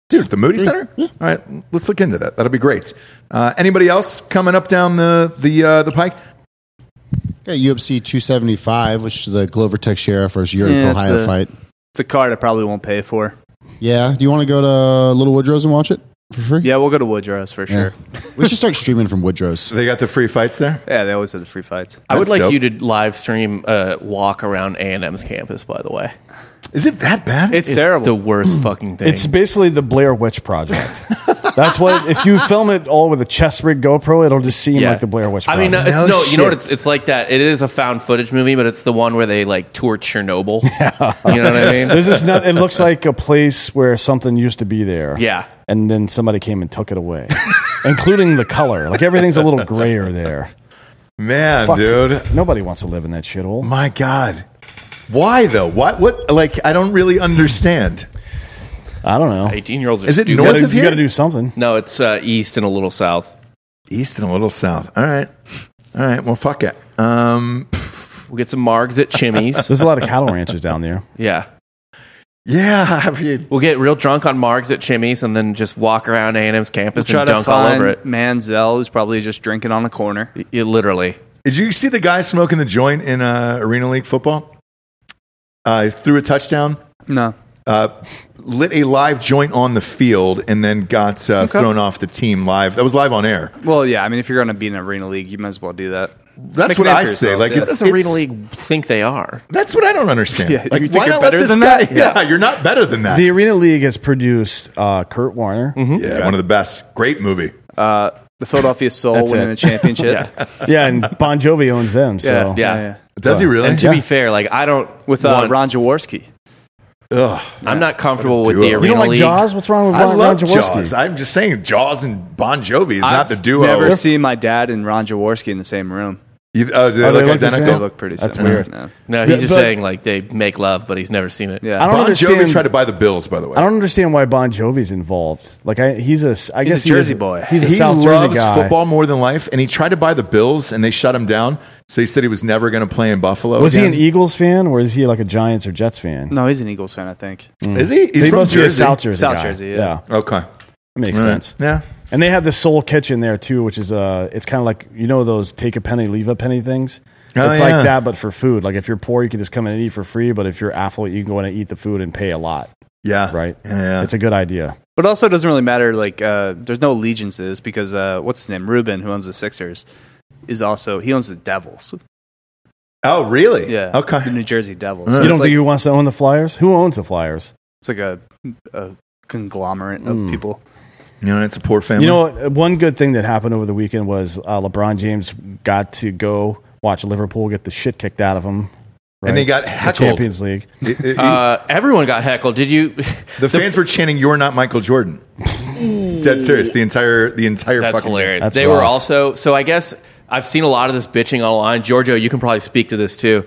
Speaker 2: Dude, the Moody Center. All right, let's look into that. That'll be great. Uh, anybody else coming up down the the uh, the pike?
Speaker 7: Yeah, UFC 275, which is the Glover Teixeira versus Europe,
Speaker 3: Yeah, it's
Speaker 7: Ohio
Speaker 3: a-
Speaker 7: fight.
Speaker 3: it's a card I probably won't pay for.
Speaker 7: Yeah. Do you want to go to Little Woodrow's and watch it for free?
Speaker 3: Yeah, we'll go to Woodrow's for
Speaker 7: Yeah.
Speaker 3: sure.
Speaker 7: we should start streaming from Woodrow's.
Speaker 2: They got the free fights there.
Speaker 3: Yeah, they always have the free fights.
Speaker 5: I would
Speaker 2: That's
Speaker 5: like
Speaker 2: dope.
Speaker 5: you to live stream uh, walk around A&M's campus, by the way.
Speaker 2: Is it that bad?
Speaker 3: It's, terrible.
Speaker 5: the worst fucking thing.
Speaker 4: It's basically the Blair Witch Project. That's what if you film it all with a chest rig GoPro, it'll just seem
Speaker 5: Yeah.
Speaker 4: like the Blair Witch.
Speaker 5: I
Speaker 4: Project.
Speaker 5: mean, no, it's
Speaker 2: No
Speaker 5: no, you know what?
Speaker 2: shit.
Speaker 5: It's, it's like that. It is a found footage movie, but it's the one where they like tour Chernobyl. You know what I mean?
Speaker 4: There's this. Not, it looks like a place where something used to be there.
Speaker 5: Yeah.
Speaker 4: and then somebody came and took it away, including the color. Like everything's a little grayer there.
Speaker 2: Man,
Speaker 4: Fuck.
Speaker 2: dude.
Speaker 4: nobody wants to live in that shithole.
Speaker 2: My God. Why though? What? What? Like, I don't really understand.
Speaker 4: I don't know.
Speaker 5: 18 year olds are
Speaker 2: Is it
Speaker 5: stupid.
Speaker 4: You
Speaker 2: north
Speaker 4: gotta,
Speaker 2: of
Speaker 4: you
Speaker 2: here?
Speaker 4: gotta do something.
Speaker 5: No, it's uh, east and a little south.
Speaker 2: East and a little south. All right. All right. Well, fuck it. Um.
Speaker 5: We'll get some margs at Chimmy's.
Speaker 4: There's a lot of cattle ranches down there.
Speaker 5: yeah.
Speaker 2: Yeah. I mean,
Speaker 5: We'll get real drunk on margs at Chimmy's and then just walk around A&M's
Speaker 3: we'll
Speaker 5: campus
Speaker 3: try
Speaker 5: and
Speaker 3: to
Speaker 5: dunk all over
Speaker 3: find
Speaker 5: it.
Speaker 3: Manziel, who's probably just drinking on a corner.
Speaker 5: Y- y- literally.
Speaker 2: Did you see the guy smoking the joint in uh, Arena League football? Uh, he threw a touchdown,
Speaker 3: No,
Speaker 2: uh, lit a live joint on the field, and then got uh, thrown off the team live. That was live on air.
Speaker 3: well, yeah. I mean, if you're going to be in an arena league, you might as well do that.
Speaker 2: That's
Speaker 3: Make
Speaker 2: what
Speaker 3: an
Speaker 2: I
Speaker 3: effort
Speaker 2: say.
Speaker 3: yourself,
Speaker 2: Like,
Speaker 3: yeah.
Speaker 2: it's,
Speaker 5: That's the Arena
Speaker 2: it's-
Speaker 5: League think they are.
Speaker 2: That's what I don't understand.
Speaker 3: Yeah, you
Speaker 2: like,
Speaker 3: think
Speaker 2: why
Speaker 3: you're
Speaker 2: not
Speaker 3: better
Speaker 2: let this
Speaker 3: than
Speaker 2: guy?
Speaker 3: that?
Speaker 2: Yeah. you're not better than that.
Speaker 4: The Arena League has produced uh, Kurt Warner.
Speaker 2: yeah, one of the best. Great movie.
Speaker 3: Uh, the Philadelphia Soul
Speaker 4: That's
Speaker 3: winning
Speaker 4: it.
Speaker 3: a championship. yeah.
Speaker 4: Yeah, and Bon Jovi owns them. So
Speaker 3: Yeah.
Speaker 5: Yeah.
Speaker 2: Does he really?
Speaker 5: And to be fair, like I don't
Speaker 3: With uh,
Speaker 5: want-
Speaker 3: Ron Jaworski.
Speaker 2: Ugh.
Speaker 5: I'm not comfortable with
Speaker 2: duo.
Speaker 5: the
Speaker 2: You
Speaker 5: Arena
Speaker 2: don't
Speaker 4: you don't like
Speaker 5: League.
Speaker 4: Jaws? What's wrong with
Speaker 2: I
Speaker 4: Ron,
Speaker 2: love
Speaker 4: Ron Jaworski?
Speaker 2: Jaws. I'm just saying Jaws and Bon Jovi is not the duo.
Speaker 3: Never seen my dad and Ron Jaworski in the same room.
Speaker 2: You- oh, do they
Speaker 4: Are they
Speaker 2: look
Speaker 4: look the
Speaker 2: identical?
Speaker 3: They
Speaker 4: Yeah.
Speaker 3: look pretty
Speaker 4: That's
Speaker 3: similar.
Speaker 4: weird.
Speaker 3: No.
Speaker 5: No, he's
Speaker 4: Yeah,
Speaker 5: just
Speaker 4: but-
Speaker 5: saying like they make love, but he's never seen it.
Speaker 3: Yeah.
Speaker 4: I don't
Speaker 2: Bon
Speaker 4: understand.
Speaker 2: Jovi tried to buy the Bills, by the way.
Speaker 4: I don't understand why Bon Jovi's involved. Like I, he's a, s- I
Speaker 3: He's
Speaker 4: guess
Speaker 3: a
Speaker 4: he is-
Speaker 3: Jersey boy.
Speaker 4: He's a
Speaker 2: he
Speaker 4: South
Speaker 2: loves
Speaker 4: Jersey guy.
Speaker 2: football more than life, and he tried to buy the Bills, and they shut him down. So he said he was never going to play in Buffalo.
Speaker 4: Was he
Speaker 2: again.
Speaker 4: an Eagles fan or is he like a Giants or Jets fan?
Speaker 3: No, he's an Eagles fan, I think.
Speaker 2: Is he? He's
Speaker 4: So he
Speaker 2: from
Speaker 4: must
Speaker 2: Jersey.
Speaker 4: be a South Jersey
Speaker 3: South
Speaker 4: guy.
Speaker 3: Jersey, yeah.
Speaker 2: Okay,
Speaker 4: That makes
Speaker 2: All right.
Speaker 4: sense.
Speaker 2: Yeah,
Speaker 4: And they have the Soul Kitchen there too, which is uh it's kind of like you know those take a penny, leave a penny things.
Speaker 2: Oh,
Speaker 4: it's
Speaker 2: yeah.
Speaker 4: like that, but for food. Like if you're poor, you can just come in and eat for free. But if you're affluent, you can go in and eat the food and pay a lot.
Speaker 2: yeah,
Speaker 4: Right?
Speaker 2: Yeah, yeah.
Speaker 4: It's a good idea.
Speaker 3: But also, it doesn't really matter. Like, uh, there's no allegiances because uh, what's his name? Ruben, who owns the Sixers, is also he owns the Devils.
Speaker 2: oh, really?
Speaker 3: Yeah. The
Speaker 2: Okay.
Speaker 3: New Jersey Devils.
Speaker 2: Uh,
Speaker 3: So
Speaker 4: you
Speaker 3: it's
Speaker 4: don't
Speaker 3: like,
Speaker 4: think he wants to own the Flyers? Who owns the Flyers?
Speaker 3: it's like a, a conglomerate of people.
Speaker 2: You know, it's a poor family.
Speaker 4: You know, what? Uh, one good thing that happened over the weekend was uh, LeBron James got to go watch Liverpool get the shit kicked out of him.
Speaker 2: and they
Speaker 4: right?
Speaker 2: got
Speaker 4: The
Speaker 2: heckled.
Speaker 4: Champions League.
Speaker 2: It- it-
Speaker 5: Uh, everyone got heckled. Did you?
Speaker 2: the fans were chanting, "You're not Michael Jordan." Dead serious. The entire, the entire.
Speaker 5: That's
Speaker 2: fucking
Speaker 5: hilarious.
Speaker 4: That's
Speaker 5: they
Speaker 4: rough.
Speaker 5: were also so. I guess I've seen a lot of this bitching online. Giorgio, you can probably speak to this too.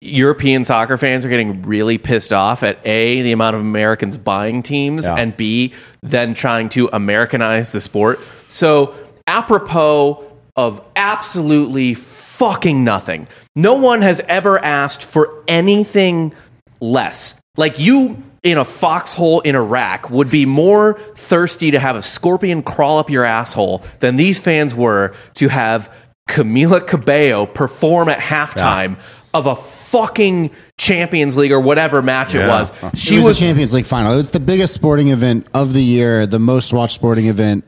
Speaker 5: European soccer fans are getting really pissed off at A, the amount of Americans buying teams,
Speaker 4: Yeah.
Speaker 5: and B, then trying to Americanize the sport. So, apropos of absolutely fucking nothing, no one has ever asked for anything less. Like, you in a foxhole in Iraq would be more thirsty to have a scorpion crawl up your asshole than these fans were to have Camila Cabello perform at halftime of a fucking Champions League or whatever match it was. She
Speaker 7: it was,
Speaker 5: was,
Speaker 7: the Champions League final. It's the biggest sporting event of the year, the most watched sporting event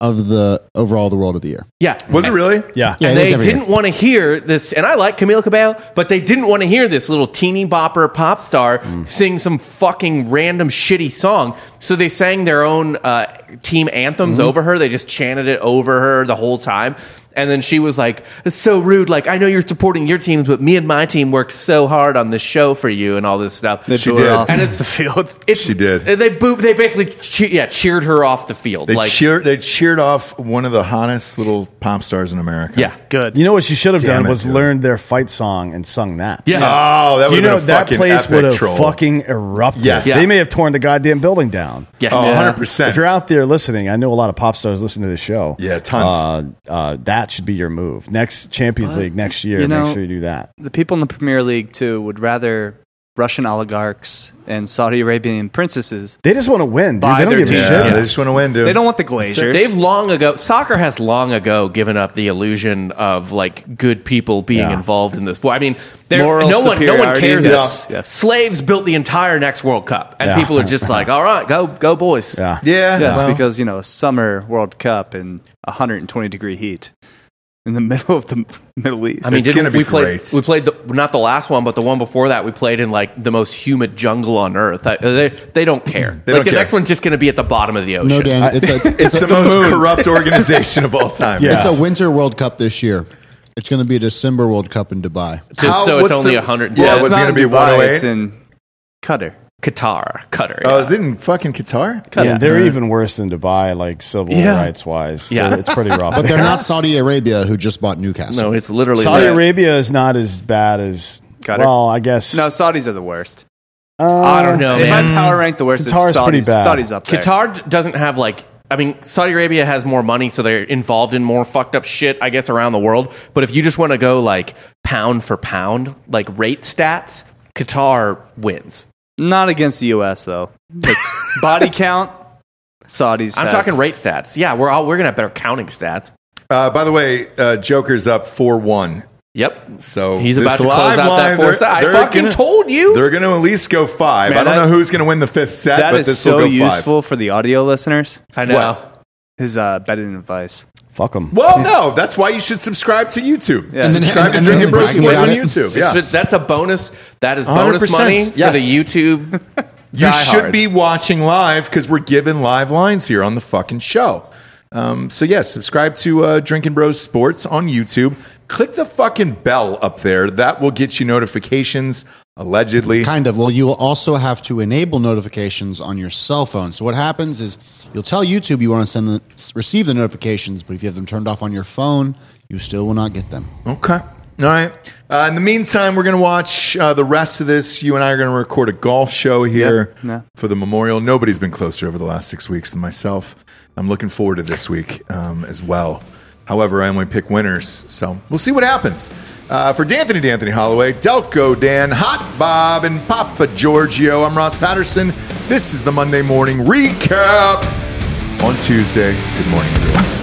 Speaker 7: of the overall the world of the year.
Speaker 5: yeah.
Speaker 2: Was it really?
Speaker 4: Yeah.
Speaker 7: Yeah,
Speaker 5: and
Speaker 7: it is
Speaker 5: they
Speaker 7: every
Speaker 5: didn't want to hear this. And I like Camila Cabello, but they didn't want to hear this little teeny bopper pop star sing some fucking random shitty song. So they sang their own uh, team anthems over her. They just chanted it over her the whole time. And then she was like, "It's so rude. Like I know you're supporting your teams, but me and my team worked so hard on this show for you and all this stuff."
Speaker 3: They
Speaker 2: She
Speaker 3: booed
Speaker 2: did.
Speaker 3: her off
Speaker 5: And
Speaker 3: and
Speaker 5: it's-
Speaker 3: it's the field.
Speaker 5: It's-
Speaker 2: She did.
Speaker 5: They boo- They basically che- yeah cheered her off the field.
Speaker 2: They
Speaker 5: like
Speaker 2: cheered. They cheered off one of the hottest little pop stars in America.
Speaker 5: yeah.
Speaker 3: Good.
Speaker 4: You know what she should have
Speaker 2: Damn
Speaker 4: done
Speaker 2: it,
Speaker 4: was
Speaker 2: dude.
Speaker 4: learned their fight song and sung that.
Speaker 5: Yeah.
Speaker 2: Oh, that would have been
Speaker 4: you know
Speaker 2: a
Speaker 4: that
Speaker 2: fucking
Speaker 4: place
Speaker 2: epic
Speaker 4: would have
Speaker 2: troll.
Speaker 4: fucking erupted.
Speaker 2: Yes.
Speaker 5: Yeah.
Speaker 4: They may have torn the goddamn building down.
Speaker 5: Yeah.
Speaker 2: Oh,
Speaker 5: Yeah.
Speaker 2: 100%.
Speaker 4: If you're out there listening, I know a lot of pop stars listen to this show.
Speaker 2: Yeah, tons.
Speaker 4: Uh, uh, that should be your move. Next Champions League next year,
Speaker 3: you know-
Speaker 4: make sure you do that.
Speaker 3: the people in the Premier League too would rather Russian oligarchs and Saudi Arabian princesses.
Speaker 4: They just want to win. Dude.
Speaker 3: Buy
Speaker 4: They don't
Speaker 3: their
Speaker 4: give
Speaker 3: team.
Speaker 2: Yeah,
Speaker 4: a shit.
Speaker 2: they just want to win, dude.
Speaker 3: They don't want the
Speaker 5: So
Speaker 3: glaziers.
Speaker 5: They've long ago, soccer has long ago given up the illusion of like good people being
Speaker 4: Yeah.
Speaker 5: involved in this. Well, I mean, there-
Speaker 3: Moral
Speaker 5: no one, no one
Speaker 3: superiority.
Speaker 5: cares.
Speaker 3: Yes,
Speaker 5: that
Speaker 3: yes.
Speaker 5: Slaves built the entire next World Cup, and
Speaker 4: Yeah.
Speaker 5: people are just like, "All right, go, go, boys."
Speaker 4: Yeah.
Speaker 2: Yeah,
Speaker 3: Yeah, it's
Speaker 2: well,
Speaker 3: because you know summer World Cup and 120 degree heat in the middle of the Middle East.
Speaker 5: I mean,
Speaker 2: It's
Speaker 5: didn't
Speaker 2: gonna be
Speaker 5: we played?
Speaker 2: great.
Speaker 5: We played the, not the last one, but the one before that. We played in like the most humid jungle on earth. I, they, they don't care.
Speaker 2: They
Speaker 5: like
Speaker 2: don't
Speaker 5: the
Speaker 2: care.
Speaker 5: next one's just going to be at the bottom of
Speaker 3: Oh,
Speaker 5: the ocean.
Speaker 7: No, Dan, it's a, it's,
Speaker 2: it's
Speaker 7: a,
Speaker 2: the most corrupt organization of all time.
Speaker 4: Yeah.
Speaker 7: it's a Winter World Cup this year. It's going to be a December World Cup in Dubai.
Speaker 5: To-
Speaker 2: How-
Speaker 5: so it's
Speaker 2: what's
Speaker 5: only
Speaker 2: the-
Speaker 5: 110.
Speaker 2: Yeah, was
Speaker 3: it's
Speaker 2: it
Speaker 3: not
Speaker 2: going to
Speaker 3: in
Speaker 2: be
Speaker 3: Dubai, It's
Speaker 2: 108?
Speaker 3: in Qatar.
Speaker 5: Qatar, Qatar.
Speaker 2: Oh,
Speaker 5: yeah.
Speaker 2: is it in fucking Qatar?
Speaker 4: Yeah, they're even worse than Dubai, like civil
Speaker 3: Yeah.
Speaker 4: rights wise.
Speaker 5: Yeah.
Speaker 4: Yeah, it's pretty rough.
Speaker 7: But they're not Saudi Arabia, who just bought Newcastle.
Speaker 5: no, it's literally
Speaker 4: Saudi
Speaker 5: that.
Speaker 4: Arabia is not as bad as.
Speaker 3: Qatar?
Speaker 4: Well, I guess.
Speaker 3: No, Saudis are the worst.
Speaker 4: uh,
Speaker 5: I don't know,
Speaker 3: If
Speaker 5: man.
Speaker 3: I power rank the worst,
Speaker 4: Qatar's
Speaker 3: it's Saudis.
Speaker 4: pretty bad.
Speaker 3: Saudis up there.
Speaker 5: Qatar d- doesn't have like I mean Saudi Arabia has more money so they're involved in more fucked up shit I guess around the world but if you just want to go like pound for pound like rate stats Qatar wins
Speaker 3: Not against the U.S. though. Like, body count, Saudis.
Speaker 5: I'm
Speaker 3: have-
Speaker 5: talking rate stats yeah we're all we're going to have better counting stats
Speaker 2: Uh, by the way, uh, Joker's up 4 1.
Speaker 5: yep
Speaker 2: So
Speaker 5: he's
Speaker 2: this
Speaker 5: about to
Speaker 2: live
Speaker 5: close out
Speaker 2: line,
Speaker 5: that force
Speaker 2: they're-
Speaker 5: I
Speaker 2: they're
Speaker 5: fucking
Speaker 2: gonna-
Speaker 5: told you
Speaker 2: They're going to at least go five.
Speaker 3: Man,
Speaker 2: I don't
Speaker 3: that-
Speaker 2: know who's going to win the fifth set,
Speaker 3: That
Speaker 2: but
Speaker 3: is
Speaker 2: this
Speaker 3: so
Speaker 2: will go
Speaker 3: useful for the audio listeners.
Speaker 5: I know
Speaker 3: His uh, betting advice.
Speaker 4: Fuck them.
Speaker 2: five. Well, no, that's why you should subscribe to YouTube.
Speaker 3: Yeah. And then-
Speaker 7: and-
Speaker 2: subscribe to
Speaker 7: and then
Speaker 2: Drinking Bros and
Speaker 7: brag
Speaker 2: Boys on
Speaker 7: about it.
Speaker 2: YouTube. Yeah.
Speaker 5: It's- that's a bonus that is bonus
Speaker 2: 100%,
Speaker 5: money
Speaker 2: yes.
Speaker 5: for the YouTube
Speaker 2: you should
Speaker 5: diehards.
Speaker 2: be watching live because we're given live lines here on the fucking show. Um, so yes, subscribe to uh, Drinking Bros Sports on YouTube. Click the fucking bell up there. That will get you notifications. Allegedly,
Speaker 7: Kind of. Well, you will also have to enable notifications on your cell phone. So what happens is you'll tell YouTube you want to send the, s- receive the notifications, but if you have them turned off on your phone, you still will not get them.
Speaker 2: Okay. All right. Uh, in the meantime, we're going to watch uh, the rest of this. You and I are going to record a golf show here
Speaker 3: no.
Speaker 2: for the memorial. Nobody's been closer over the last six weeks than myself. I'm looking forward to this week um, as well. However, I only pick winners, so we'll see what happens. Uh, for D'Anthony D'Anthony Holloway, Delco Dan, Hot Bob, and Papa Giorgio, I'm Ross Patterson. This is the Monday Morning Recap on Tuesday. Good morning, everyone.